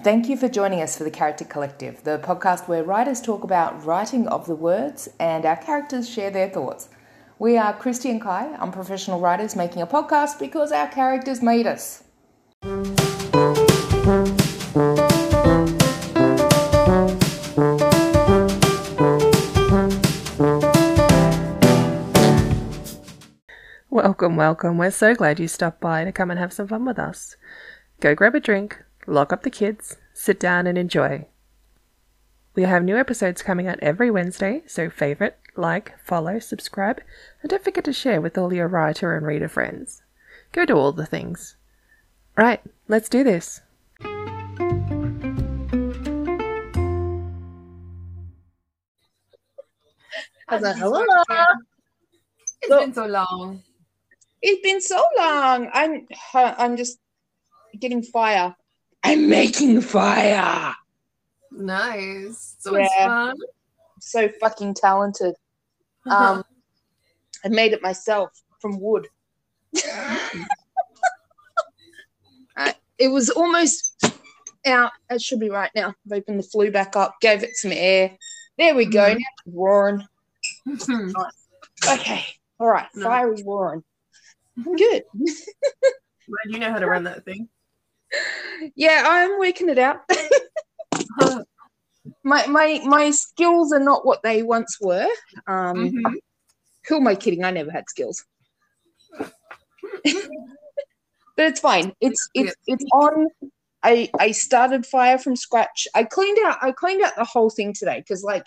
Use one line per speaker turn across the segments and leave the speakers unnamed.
Thank you for joining us for the Character Collective, the podcast where writers talk about writing of the words and our characters share their thoughts. We are Christy and Kai, unprofessional writers making a podcast because our characters made us.
Welcome, welcome. We're so glad you stopped by to come and have some fun with us. Go grab a drink, lock up the kids, sit down and enjoy. We have new episodes coming out every Wednesday, so favorite, like, follow, subscribe, and don't forget to share with all your writer and reader friends. Go do all the things. Right, let's do this.
hello.
It's
Well-
been so long.
It's been so long. I'm I'm just getting fire. I'm making fire.
Nice. So
always Yeah.
fun.
So fucking talented. Um, I made it myself from wood. I- Uh, it was almost out. It should be right now. I've opened the flue back up, gave it some air. There we go. Now it's roaring. Okay. All right.
No.
Fire is roaring. I'm good.
you know how to run that thing.
Yeah, I'm working it out.
Mm-hmm.
my my my skills are not what they once were. Um,
Mm-hmm.
Who am I kidding? I never had skills, but it's fine. It's it's it's on. I I started fire from scratch. I cleaned out. I cleaned out the whole thing today because like.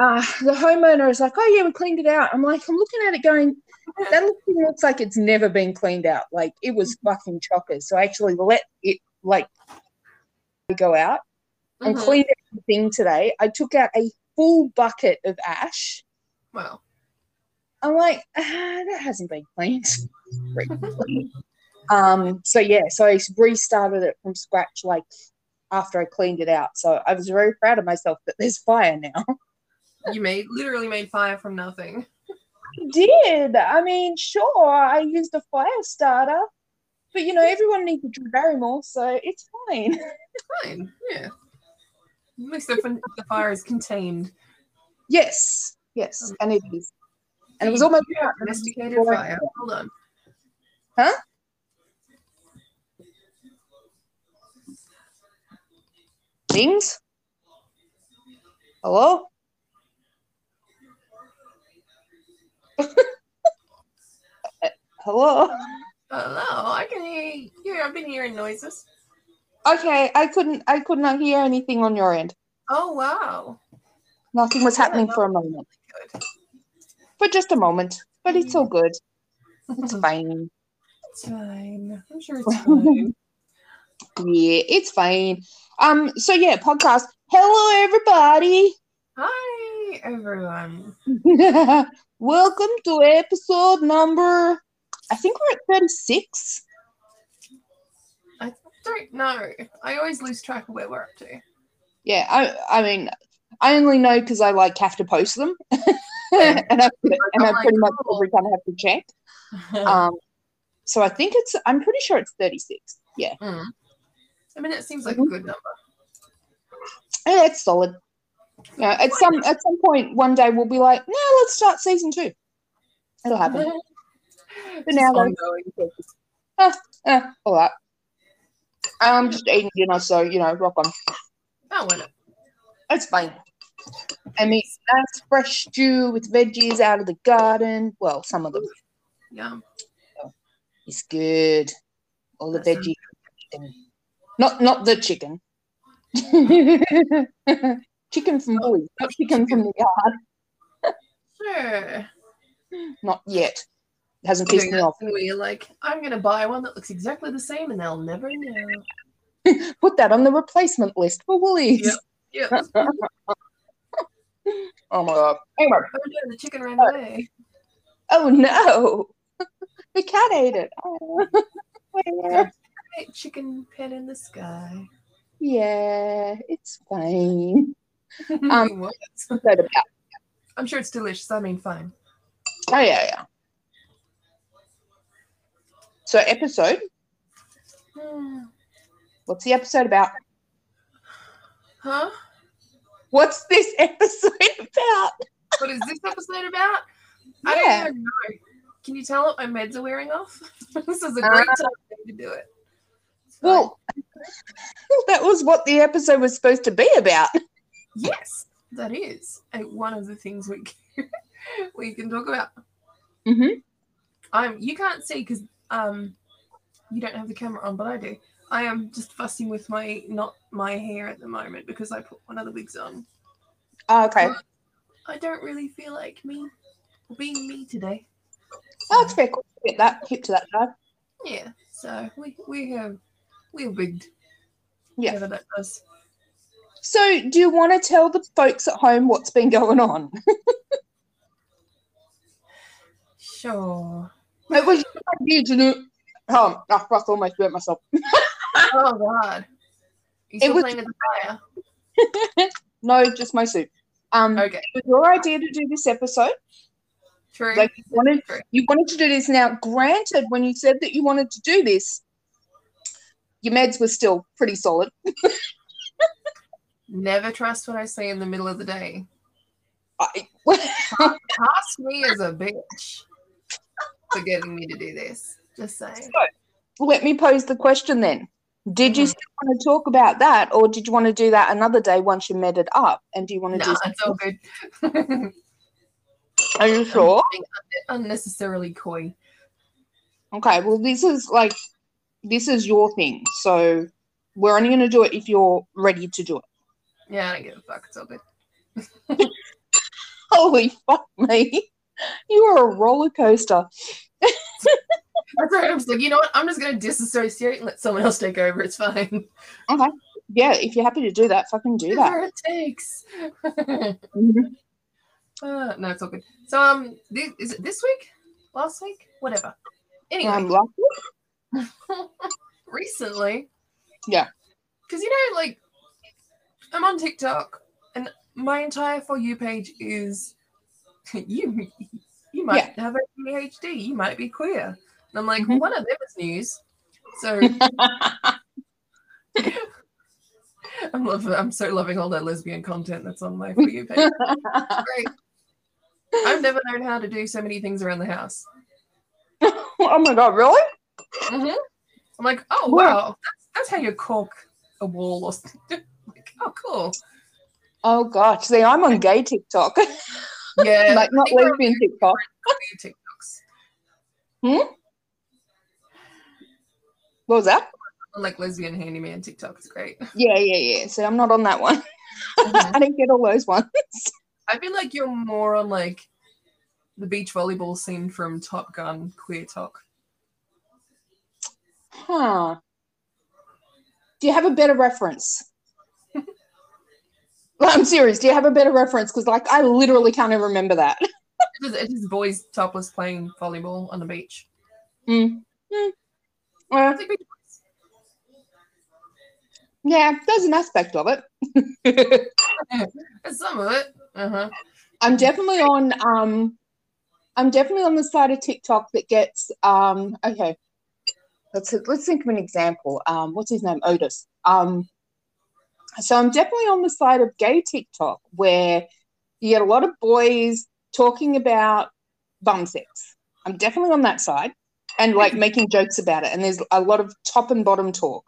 Uh, the homeowner is like, oh yeah, we cleaned it out. I'm like, I'm looking at it going, that looks, looks like it's never been cleaned out. Like it was fucking chockers. So I actually let it like go out and cleaned everything today. I took out a full bucket of ash.
Wow.
I'm like, ah, that hasn't been cleaned. regularly." um, so yeah, so I restarted it from scratch, like after I cleaned it out. So I was very proud of myself that there's fire now.
you made literally made fire from nothing.
I did. I mean, sure, I used a fire starter, but you know, everyone needs a Drew Barrymore, so it's fine.
Fine, yeah. Makes the, fin- the fire is contained.
Yes, yes, and it is. And it was
You-
almost
you have domesticated
before I-
fire. Hold on.
Huh? things. Hello? Uh, Hello?
Hello, I can hear. Yeah, I've been hearing noises.
Okay, I couldn't I could not hear anything on your end.
Oh wow,
Nothing was happening for a moment.
good.
For just a moment. But it's all good. It's fine.
It's fine. I'm sure it's fine.
Yeah, it's fine. Um so yeah, podcast. Hello everybody.
Hi everyone.
Welcome to episode number I think we're at 36.
Don't know. I always lose track of where we're up to.
Yeah, I I mean I only know because I like have to post them,
Yeah.
and I and I
I'm like,
pretty much
cool.
every time I have to check. Um, so I think it's I'm pretty sure it's 36. Yeah,
I mean, it seems like a good number.
yeah it's solid. Yeah, at some at some point one day we'll be like, no, let's start season two. It'll happen.
Just
now, though.
ongoing.
Eh, all right. I'm just eating dinner, so you know, rock on.
Oh, why not?
It's fine. I mean, nice fresh stew with veggies out of the garden. Well, some of them.
Yum.
It's good. All the
That sounds
veggie, chicken. not not the chicken. chicken from Woolies, not chicken from the yard.
Sure.
Not yet. It hasn't
doing
pissed me
that
off.
thing where you're like, I'm gonna buy one that looks exactly the same, and they'll never know.
Put that on the replacement list for Woolies.
Yep.
Oh my god. Anyway,
Oh no, the chicken ran away.
oh no, the cat ate it. Oh.
Great chicken pen in the sky.
yeah, it's fine. Um,
What?
What's that about?
I'm sure it's delicious. I mean, fine.
Oh yeah, yeah. So episode.
Hmm.
What's the episode about?
Huh?
What's this episode about?
What is this episode about? I don't
Yeah.
even know. Can you tell what my meds are wearing off? this is a great
Ah.
time to do it. It's fine.
Well, that was what the episode was supposed to be about.
yes, that is uh, one of the things we can, we can talk about.
Mhm.
I'm. You can't see because um, you don't have the camera on, but I do. I am just fussing with my not my hair at the moment because I put one of the wigs on.
Oh, okay.
I don't really feel like me being me today.
Oh, it's fair. Cool. Get that. Keep to that. Guy.
Yeah, so we we have we're wigged.
Yeah.
Whatever that does.
So, do you want to tell the folks at home what's been going on?
Sure.
It was isn't it? Oh, I fuck, almost burnt myself.
Oh god. You still
was-
playing with the fire?
No, just my soup. Um,
Okay.
it was your idea to do this episode.
True.
Like you wanted,
True.
you wanted to do this. Now, granted, when you said that you wanted to do this, your meds were still pretty solid.
Never trust what I say in the middle of the day.
I,
Cast me as a bitch for getting me to do this. Just saying.
let me pose the question then. Did you
Mhm.
still want to talk about that, or did you want to do that another day once you met it up? And do you want to
No,
do?
it's all good. I'm
Are you sure?
being unnecessarily coy.
Okay. Well, this is like this is your thing, so we're only going to do it if you're ready to do it.
Yeah, I don't give a fuck. It's all good.
Holy fuck me! You are a roller coaster.
That's right. I'm just like, you know what? I'm just gonna disassociate and let someone else take over. It's fine.
Yeah, if you're happy to do that, fucking do that.
Whatever it takes. Mm-hmm.
Mhm.
Uh, no, it's all good. So, um, this, is it this week? Last week? Whatever. Anyway,
Um, like-
recently.
Yeah.
Because, you know, like, I'm on TikTok and my entire For You page is you, you might have a PhD, you might be queer. And I'm like,
Mhm.
one of them is news. So I'm, love- I'm so loving all that lesbian content that's on my For You page. Great. I've never known how to do so many things around the house.
oh my god, really?
hmm I'm like, oh
Wow.
wow, that's, that's how you caulk a wall or something. like, oh cool.
Oh gosh, see, I'm on gay TikTok,
Yeah,
like not
I think I'm
lesbian TikTok.
on your TikToks.
What was that?
I'm like lesbian handyman TikTok. It's great.
Yeah, yeah, yeah. So I'm not on that one.
Mhm.
I didn't get all those ones.
I feel like you're more on like the beach volleyball scene from Top Gun queer talk.
Huh. Do you have a better reference? Well, I'm serious. Do you have a better reference? Because like I literally can't even remember that.
It is, it is boys topless playing volleyball on the beach.
Mm. Mm. Uh,
It's like beach boys.
yeah, there's an aspect of it.
That's some of it. Uh huh.
I'm definitely on. Um, I'm definitely on the side of TikTok that gets. Um, okay, let's let's think of an example. Um, what's his name? Otis. Um, so I'm definitely on the side of gay TikTok where you get a lot of boys talking about bum sex. I'm definitely on that side and like making jokes about it. And there's a lot of top and bottom talk.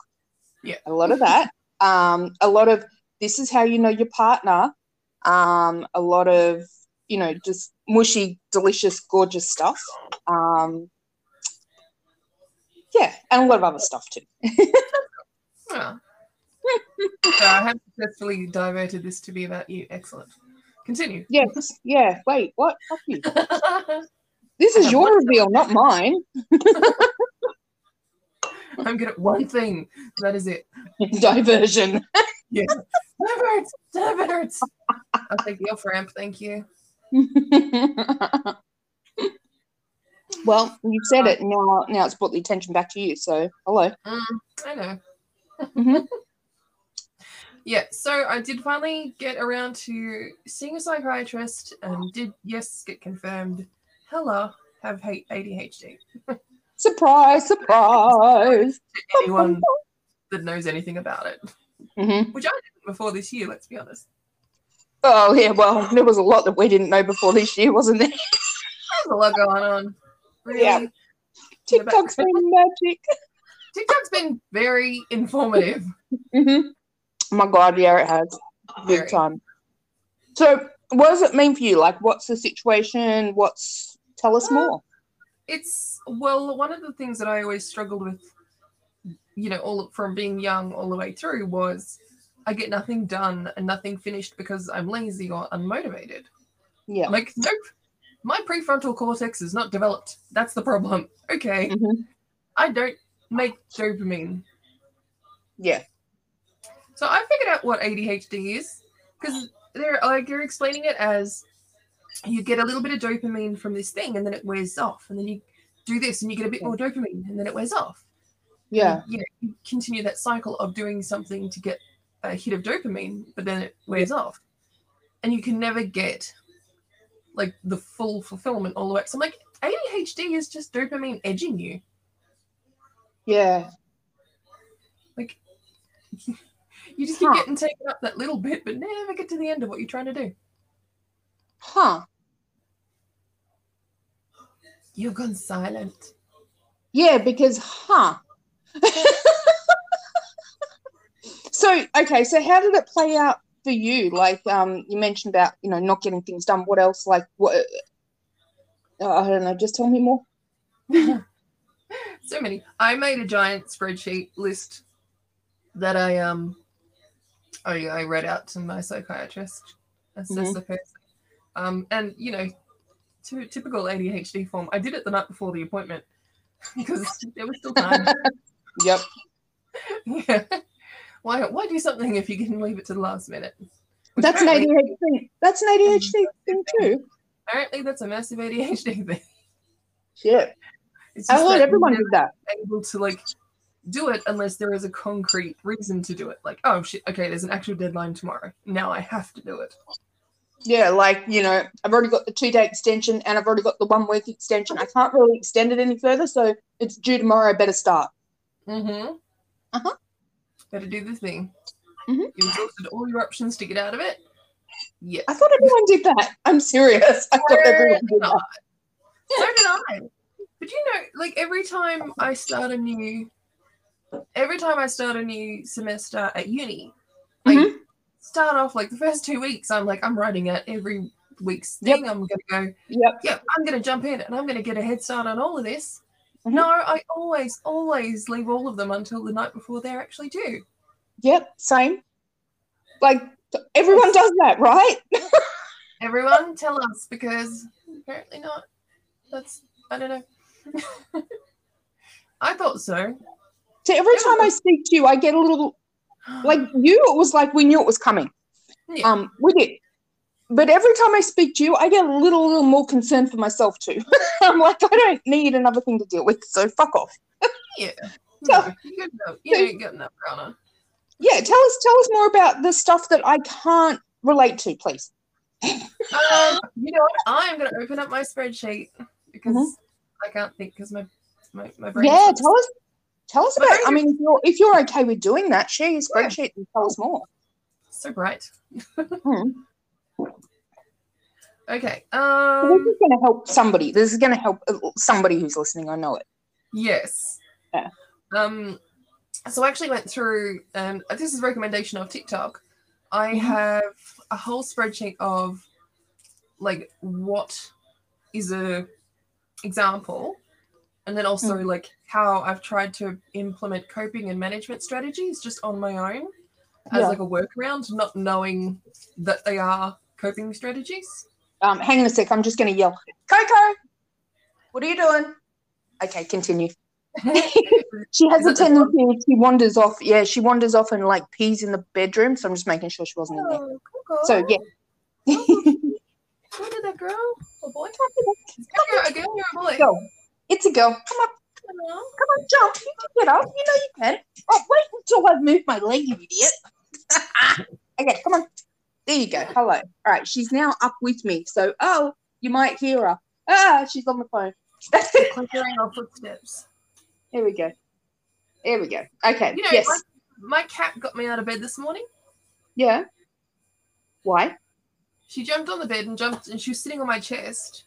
Yeah.
A lot of that. Um, a lot of this is how you know your partner. Um, a lot of, you know, just mushy, delicious, gorgeous stuff. Um, yeah. And a lot of other stuff too.
Yeah. so I have successfully diverted this to be about you. Excellent. Continue.
Yes. Yeah. Wait, what? Fuck you.
I'm
This is your reveal, not mine.
good at one thing. That is it.
Diversion.
Divert, divert. I'll take your framp. Thank you.
well, you said it. Now, now it's brought the attention back to you. So, hello.
I know.
Mhm.
yeah, so I did finally get around to seeing a psychiatrist and did, yes, get confirmed. Hella have hate ADHD.
Surprise, surprise.
Anyone that knows anything about it.
Mhm.
which I didn't before this year. Let's be honest.
Oh yeah, well, there was a lot that we didn't know before this year, wasn't there?
There's a lot going on. Really.
Yeah.
Yeah, but-
TikTok's been magic.
TikTok's been very informative.
Mhm. My God, yeah, it has big
Very.
time. So, what does it mean for you? Like, what's the situation? What's tell us more?
It's well, one of the things that I always struggled with, you know, all from being young all the way through was I get nothing done and nothing finished because I'm lazy or unmotivated.
Yeah.
I'm like, nope, my prefrontal cortex is not developed. That's the problem. Okay.
Mhm.
I don't make dopamine.
Yeah.
So I figured out what ADHD is because they're like you're explaining it as you get a little bit of dopamine from this thing and then it wears off and then you do this and you get a bit more dopamine and then it wears off.
Yeah.
You, know, you continue that cycle of doing something to get a hit of dopamine, but then it wears off. And you can never get like the full fulfillment all the way. So I'm like, ADHD is just dopamine edging you.
Yeah.
Like you just keep
Huh.
getting taken up that little bit, but never get to the end of what you're trying to do.
Huh.
You've gone silent.
Yeah, because huh. so okay, so how did it play out for you? Like, um, you mentioned about you know not getting things done. What else? Like, what? Uh, I don't know. Just tell me more.
so many. I made a giant spreadsheet list that I um I, I read out to my psychiatrist assess
Mhm.
the person. Um and you know, to typical ADHD form, I did it the night before the appointment because there was still time.
Yep.
yeah. Why why do something if you can leave it to the last minute? Which
That's an
apparently-
ADHD thing. That's an ADHD thing too.
Apparently, that's a massive ADHD thing.
Shit.
It's
I
just
heard
that
everyone
you're
did that.
never able to like do it unless there is a concrete reason to do it. Like, oh shit, okay, there's an actual deadline tomorrow. Now I have to do it.
Yeah, like, you know, I've already got the two day extension and I've already got the one week extension. I can't really extend it any further, so it's due tomorrow. I better start.
Mm-hmm.
Uh-huh.
Better do the thing.
Mhm.
You exhausted all your options to get out of it. Yeah.
I thought everyone did that. I'm serious. I thought everyone did
So
that.
did I. But you know, like every time I start a new, every time I start a new semester at uni, I
Mhm.
start off like the first two weeks. I'm like, I'm writing out every week's
Yep.
thing. I'm gonna go.
Yep.
Yeah, I'm gonna jump in and I'm gonna get a head start on all of this.
Mhm.
No, I always, always leave all of them until the night before they're actually due.
Yep. Same. Like, th- everyone does that, right?
Everyone, tell us because apparently not. That's I don't know. I thought so.
So every
Yeah.
time I speak to you, I get a little like you, it was like we knew it was coming.
Yeah.
Um, we did. But every time I speak to you, I get a little, little more concerned for myself too. I'm like, I don't need another thing to deal with, so fuck off.
No, you got no, you ain't got no going on.
Yeah, tell us, tell us more about the stuff that I can't relate to, please.
Um, you know what? I'm going to open up my spreadsheet because
Mhm.
I can't think because my, my, my brain.
Yeah,
sucks.
tell us, tell us
But
about. I
I-
mean, if you're, if you're okay with doing that, share your spreadsheet and tell us more.
So bright.
Mhm.
Okay.
this
Um,
is going to help somebody. This is going to help uh, somebody who's listening. I know it.
yes.
Yeah.
Um, so I actually went through, and this is a recommendation of TikTok. I
Mhm.
have a whole spreadsheet of like what is a example, and then also
Mm.
like how I've tried to implement coping and management strategies just on my own as
Yeah.
like a workaround, not knowing that they are coping strategies.
Um, hang on a sec. I'm just going to yell, Coco. What are you doing? Okay, continue.
Oh,
She has
Is
a
it the
tendency if she wanders off. Yeah, she wanders off and like pees in the bedroom. So I'm just making sure she wasn't in there.
Oh, Coco.
So yeah,
What did that girl? A boy? Is that a girl, a girl or a boy?
go. It's a girl. Come on,
Aw.
come on, jump. You can get up. You know you can. Oh, wait until I've moved my leg, you idiot. okay, come on. There you go. Hello. All right, she's now up with me. So oh, you might hear her. Ah, she's on the phone.
Like hearing our footsteps.
Here we go. There we go. Okay.
You know,
yes.
like, my cat got me out of bed this morning.
Yeah. Why?
She jumped on the bed and jumped, and she was sitting on my chest.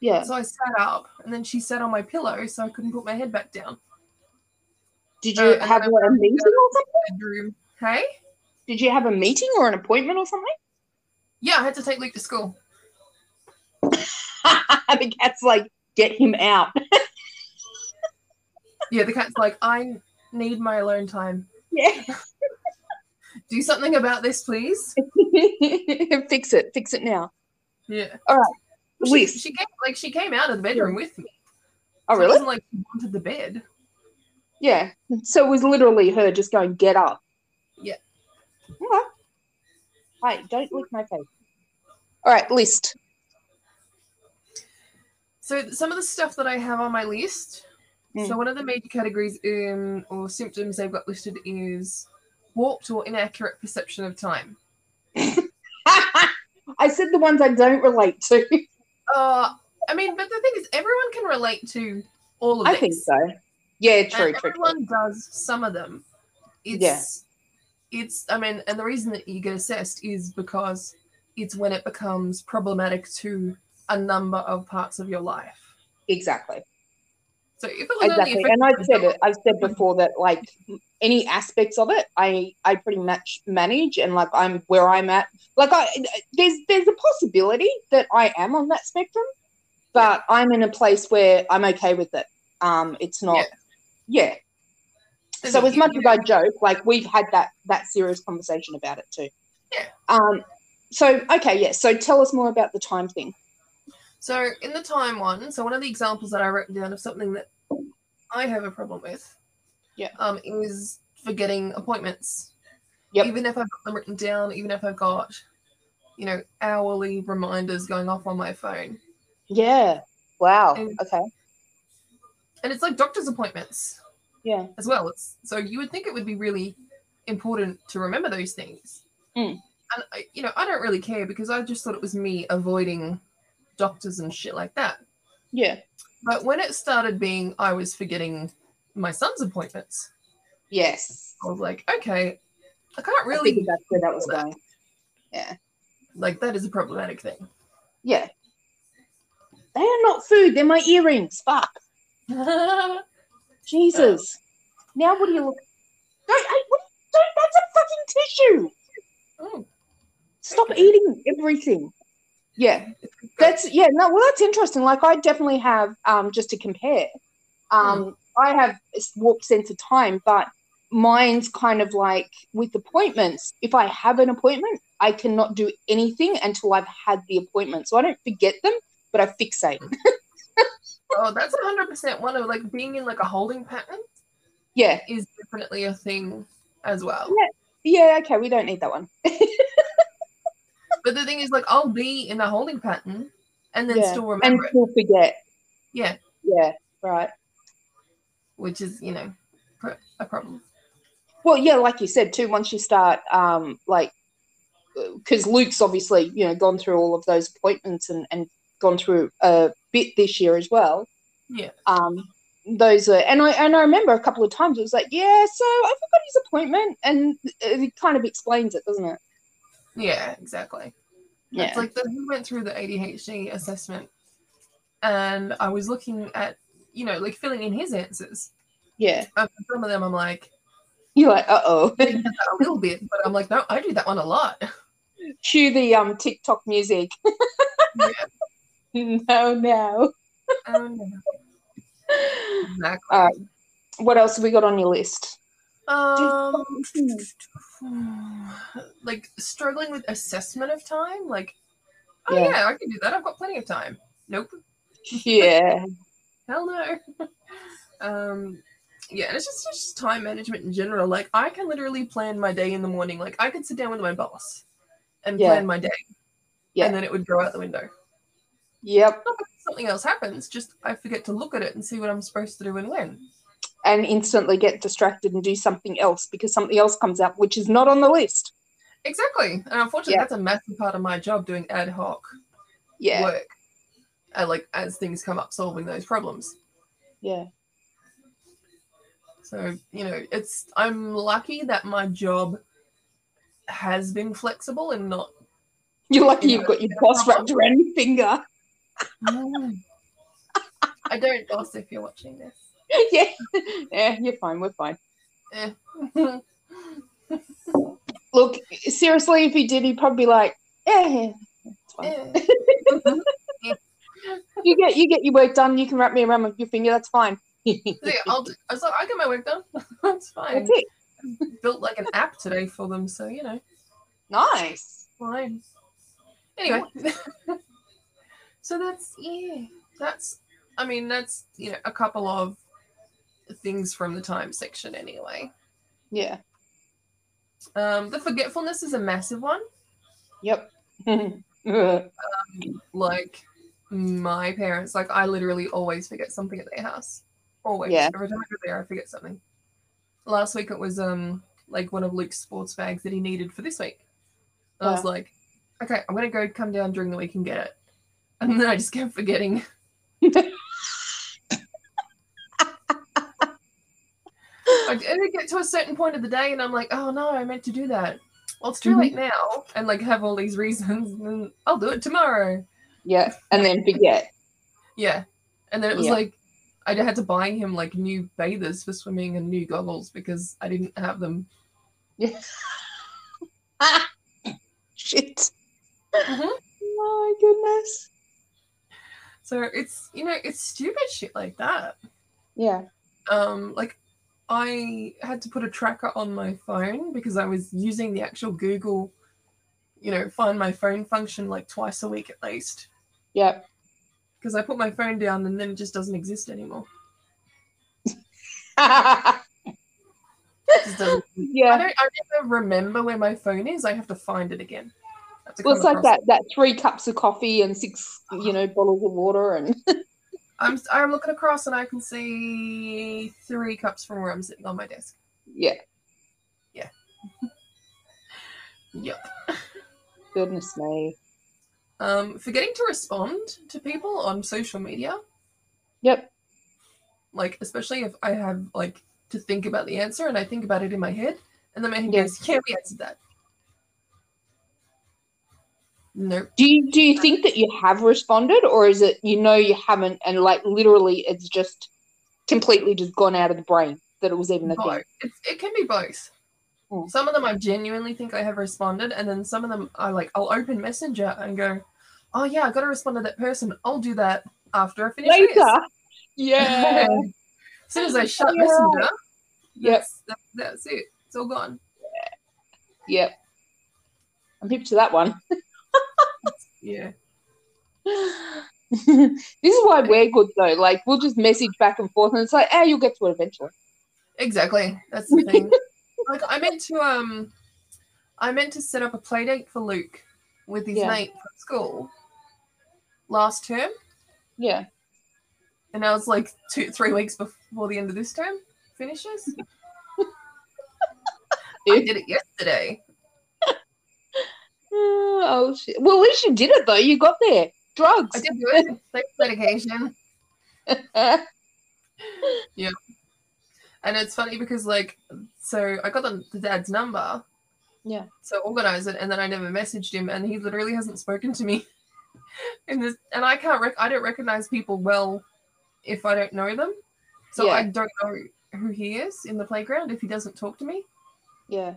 Yeah.
So I sat up, and then she sat on my pillow, so I couldn't put my head back down.
Did
Uh,
you
and
have
I
a meeting or something?
Bedroom. Hey.
Did you have a meeting or an appointment or something?
Yeah, I had to take Luke to school.
the cat's like, get him out.
Yeah, the cat's like, I need my alone time.
Yeah.
Do something about this, please.
fix it. Fix it now.
Yeah.
All right.
She,
List.
she came like she came out of the bedroom with me.
Oh,
So it
really?
wasn't like she wanted the bed.
Yeah. So it was literally her just going, get up.
Yeah.
Okay. Hey, don't lick my face. All right, list.
So some of the stuff that I have on my list.
Mm.
So one of the major categories um, or symptoms they've got listed is warped or inaccurate perception of time.
I said the ones I don't relate to.
Uh, I mean, but the thing is, everyone can relate to all of
I
these.
think so. Yeah, true,
and
true. true.
everyone does some of them. It's it's I mean, and the reason that you get assessed is because it's when it becomes problematic to a number of parts of your life.
Exactly.
So if it was
Exactly.
only affecting
And I've said
myself-
it, I've said before that like any aspects of it, I I pretty much manage and like I'm where I'm at. Like I there's there's a possibility that I am on that spectrum, but I'm in a place where I'm okay with it. Um it's not yeah. So as
you-
much
you
as I joke, like we've had that that serious conversation about it too.
Yeah.
Um so okay, yeah. So tell us more about the time thing.
So in the time one, so one of the examples that I wrote down of something that I have a problem with,
Yeah.
um, is forgetting appointments.
Yep.
Even if I've got them written down, even if I've got, you know, hourly reminders going off on my phone,
Yeah. Wow.
And-
Okay.
and it's like doctor's appointments
Yeah.
as well. It's so you would think it would be really important to remember those things.
Mm.
And I, you know, I don't really care because I just thought it was me avoiding doctors and shit like that.
Yeah.
But when it started being, I was forgetting my son's appointments.
Yes.
I was like, okay, I can't
I
really
figured that's where that was going.
like that is a problematic thing.
Yeah. They are not food. They're my earrings. Fuck.
Mm,
Jesus. now what do you look? Don't, I, what, don't, that's a fucking tissue.
oh,
Stop
Okay.
eating everything. Yeah. That's yeah. No, well, that's interesting. Like I definitely have um, just to compare. Um, I have a warped sense of time, but mine's kind of like with appointments. If I have an appointment, I cannot do anything until I've had the appointment. So I don't forget them, but I fixate.
oh, that's hundred percent one of like being in like a holding pattern
Yeah.
is definitely a thing as well.
Yeah. Okay. We don't need that one.
But the thing is, like, I'll be in a holding pattern and then
Yeah.
still
and
remember it,
still forget.
Yeah.
Yeah. Right.
which is you know pr- a problem.
Well, yeah, like you said too. Once you start, um, like, because Luke's obviously you know gone through all of those appointments and and gone through a bit this year as well.
Yeah.
Um, those are, and I and I remember a couple of times it was like, yeah, so I forgot his appointment, and it kind of explains it, doesn't it?
Yeah, exactly.
Yeah.
It's like the, we went through the ADHD assessment, and I was looking at you know like filling in his answers.
yeah.
Um, some of them I'm like
You're like, uh oh.
a little bit, but I'm like no, I do that one a lot.
Cue the um TikTok music.
Yeah.
no, no.
Um, exactly.
All right. What else have we got on your list?
Um, like struggling with assessment of time. Like, oh
Yeah.
yeah. I can do that. I've got plenty of time. Nope.
Yeah.
Hell no. um, yeah, and it's just, it's just time management in general. Like, I can literally plan my day in the morning. Like, I could sit down with my boss and
Yeah.
plan my day.
Yeah.
And then it would go out the window.
Yep.
Not because something else happens. Just I forget to look at it and see what I'm supposed to do and when.
And instantly get distracted and do something else because something else comes up which is not on the list.
Exactly. And unfortunately,
Yeah.
that's a massive part of my job doing ad hoc
Yeah.
work. uh, I like as things come up, solving those problems.
Yeah.
So, you know, it's I'm lucky that my job has been flexible and not
You're lucky you've got your boss wrapped around your finger.
I don't boss if you're watching this.
yeah, yeah, you're fine. We're fine.
Eh.
Look, seriously, if he did, he'd probably be like, yeah, yeah, it's fine.
Eh.
You get you get your work done. You can wrap me around with your finger. That's fine. That's
See, I'll do, I was like, I get my work done. That's fine.
it.
Built like an app today for them, so you know,
Nice.
fine. Anyway, so that's yeah, that's I mean that's you know a couple of things from the time section anyway.
Yeah.
Um, the forgetfulness is a massive one.
Yep. Ugh.
Like my parents, like I literally always forget something at their house. Always.
Yeah.
Every time I go there, I forget something. Last week it was um like one of Luke's sports bags that he needed for this week. I was like, okay, I'm gonna go come down during the week and get it. And then I just kept forgetting. I did get to a certain point of the day and I'm like, oh no, I meant to do that. Well, it's too
Mhm.
late now, and like have all these reasons, and then I'll do it tomorrow.
yeah. And then forget.
Yeah. And then it was
Yeah.
like I had to buy him like new bathers for swimming and new goggles because I didn't have them.
Shit. Oh my goodness.
So it's you know, it's stupid shit like that.
Yeah.
Um like I had to put a tracker on my phone because I was using the actual Google, you know, find my phone function like twice a week at least.
Yep.
Because I put my phone down and then it just doesn't exist anymore. It just doesn't I
yeah.
don't I never remember where my phone is. I have to find it again. I have to
Well, it's
come
like
across
that, that three cups of coffee and six, you know, bottles of water and
I'm I'm looking across and I can see three cups from where I'm sitting on my desk.
yeah,
Yep.
goodness me.
Um, forgetting to respond to people on social media,
Yep.
like especially if I have like to think about the answer and I think about it in my head, and then my head
Yeah.
goes, "Yeah, we answered that." Nope.
Do you do you think that you have responded or is it you know you haven't and like literally it's just completely just gone out of the brain that it was even a
Both.
thing?
It's, it can be both.
Hmm.
Some of them I genuinely think I have responded, and then some of them I like. I'll open Messenger and go, "Oh yeah, I got to respond to that person. I'll do that after I finish this."
Later. Yeah.
as soon as I shut
Yeah.
Messenger,
Yep.
that's, that, that's it. It's all gone.
yep. I'm hip to that one.
Yeah.
this is why we're good though. Like we'll just message back and forth, and it's like, ah, you'll get to it eventually.
Exactly. That's the thing. like I meant to um I meant to set up a play date for Luke with his
Yeah.
mate from school last term.
Yeah,
And I was like two three weeks before the end of this term finishes. I did it yesterday.
Oh shit. Well, at least you did it though. You got there.
I
Drugs.
did do it. Thanks medication.
Uh,
And it's funny because like so I got the, the dad's number.
Yeah.
So organize it and then I never messaged him and he literally hasn't spoken to me. in this and I can't rec- I don't recognize people well if I don't know them. So I
Yeah.
don't know who he is in the playground if he doesn't talk to me.
yeah.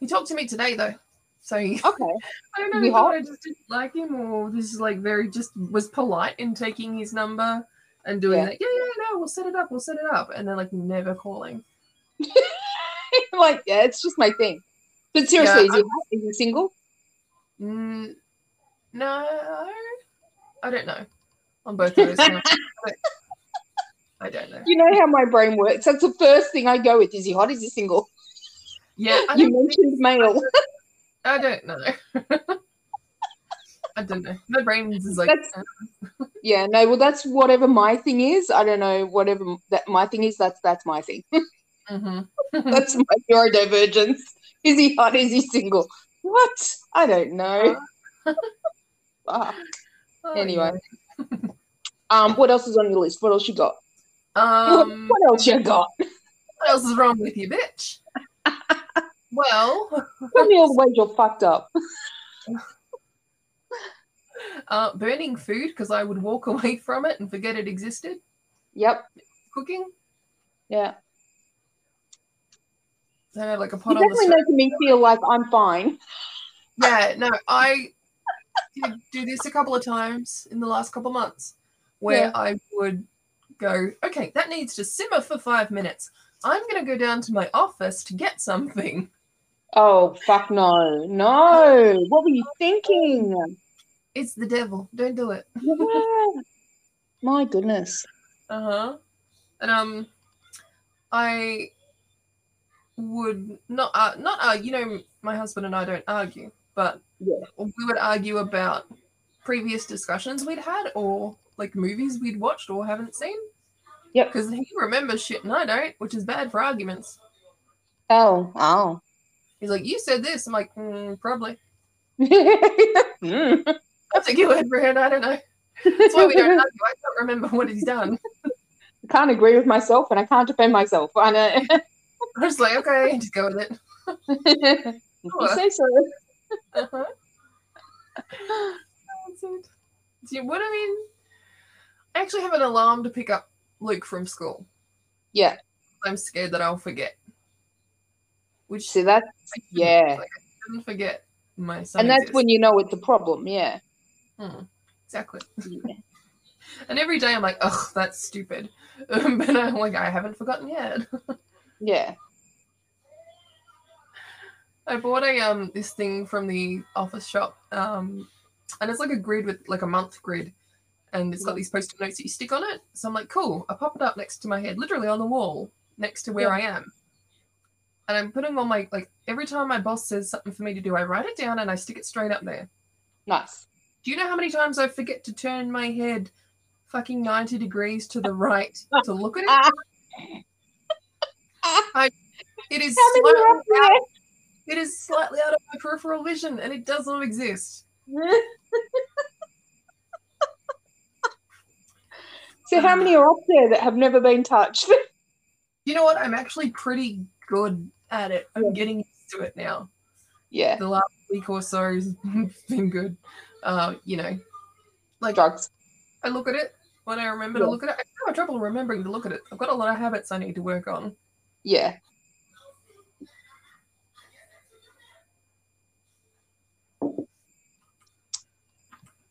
He talked to me today though. So he,
Okay.
I don't know
We
he thought
hot?
I just didn't like him or this is like very just was polite in taking his number and doing
Yeah.
that. Yeah, yeah, no, we'll set it up, we'll set it up. And then like never calling.
like, yeah, it's just my thing. But seriously,
Yeah,
is, he, is he single?
Mm, no, I don't know. On both of those, counts. I don't- I don't know.
You know how my brain works. That's the first thing I go with. Is he hot? Is he single?
Yeah, I
You
don't, think-
mentioned male.
I don't know. I don't know. My brain is like,
That's-
uh,
yeah. No. Well, that's whatever my thing is. I don't know. Whatever that my thing is. That's that's my thing.
mhm.
That's my neurodivergence. Is he hot? Is he single? What? I don't know. Ah. Fuck.
Oh,
anyway.
yeah.
Um, what else is on your list? What else you got?
Um,
what else you got?
what else is wrong with you, bitch? well,
Tell me all the ways you're fucked up.
uh, burning food because I would walk away from it and forget it existed.
Yep.
Cooking,
Yeah.
so I had like a pot
You're
on the
definitely
stove.
making me feel like I'm fine.
Yeah, no, I did do this a couple of times in the last couple of months where
Yeah.
I would go, okay, that needs to simmer for five minutes. I'm going to go down to my office to get something.
Oh fuck no, no! What were you thinking?
It's the devil. Don't do it.
Yeah. My goodness.
Uh huh. And um, I would not uh, not uh, you know my husband and I don't argue, but
Yeah.
we would argue about previous discussions we'd had or like movies we'd watched or haven't seen.
Yep.
Because he remembers shit and I don't, which is bad for arguments.
Oh, oh.
He's like, "You said this." I'm like, mm, "Probably."
Hmm. Mm.
I think you went for it. I don't know. That's why we don't argue. I don't remember what he's done.
I can't agree with myself, and I can't defend myself. I know.
I'm just like, okay, just go with it.
If you say so.
Uh-huh. That's it. Do you what I mean? I actually have an alarm to pick up Luke from school.
Yeah.
I'm scared that I'll forget. Which
See that?
I shouldn't,
Yeah.
Hmm. Like, I shouldn't forget my son.
And that's when you know it's a problem. Yeah.
exactly.
Yeah.
And every day I'm like, ugh, that's stupid. but I'm like, I haven't forgotten yet.
Yeah.
I bought a um this thing from the office shop. Um and it's like a grid with like a month grid and it's got
Mm.
these post-it notes that you stick on it. So I'm like, cool, I pop it up next to my head, literally on the wall, next to where I am. And I'm putting on my like every time my boss says something for me to do, I write it down and I stick it straight up there.
Nice.
Do you know how many times I forget to turn my head fucking 90 degrees to the right to look at it? I, it is
How many
slightly
are up
out-
there?
it is slightly out of my peripheral vision and it does not exist.
So how many are up there that have never been touched?
You know what? I'm actually pretty good at it. I'm getting used to it now.
yeah.
The last week or so has been good. Uh, you know, like
Drugs.
I look at it when I remember
Yeah.
to look at it. I have trouble remembering to look at it. I've got a lot of habits I need to work on.
Yeah.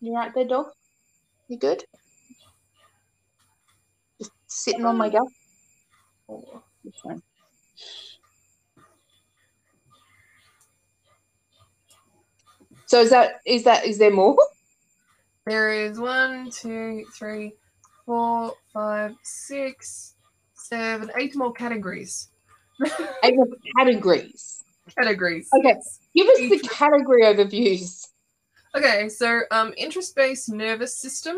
You right there, dog? You good? Just sitting on my gut.
Oh,
It's fine. So is that is that is there more?
There is one, two, three, four, five, six, seven, eight more categories.
Eight more categories.
Categories.
Okay. Give us the category overviews.
Okay, so um, interest-based nervous system,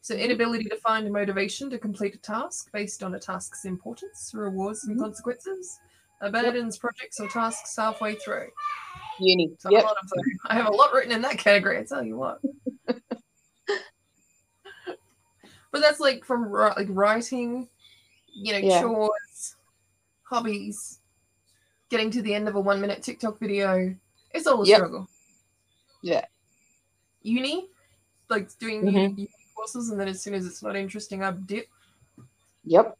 so inability to find motivation to complete a task based on a task's importance, rewards, and
Mhm.
consequences, abandons projects or tasks halfway through.
Uni.
So a
Yep.
lot of them. I have a lot written in that category. I tell you what. but that's like from ri- like writing, you know,
Yeah.
chores, hobbies, getting to the end of a one-minute TikTok video. It's all a
Yep.
struggle.
Yeah.
Uni, like doing
Mhm.
uni- uni courses, and then as soon as it's not interesting, I dip.
Yep.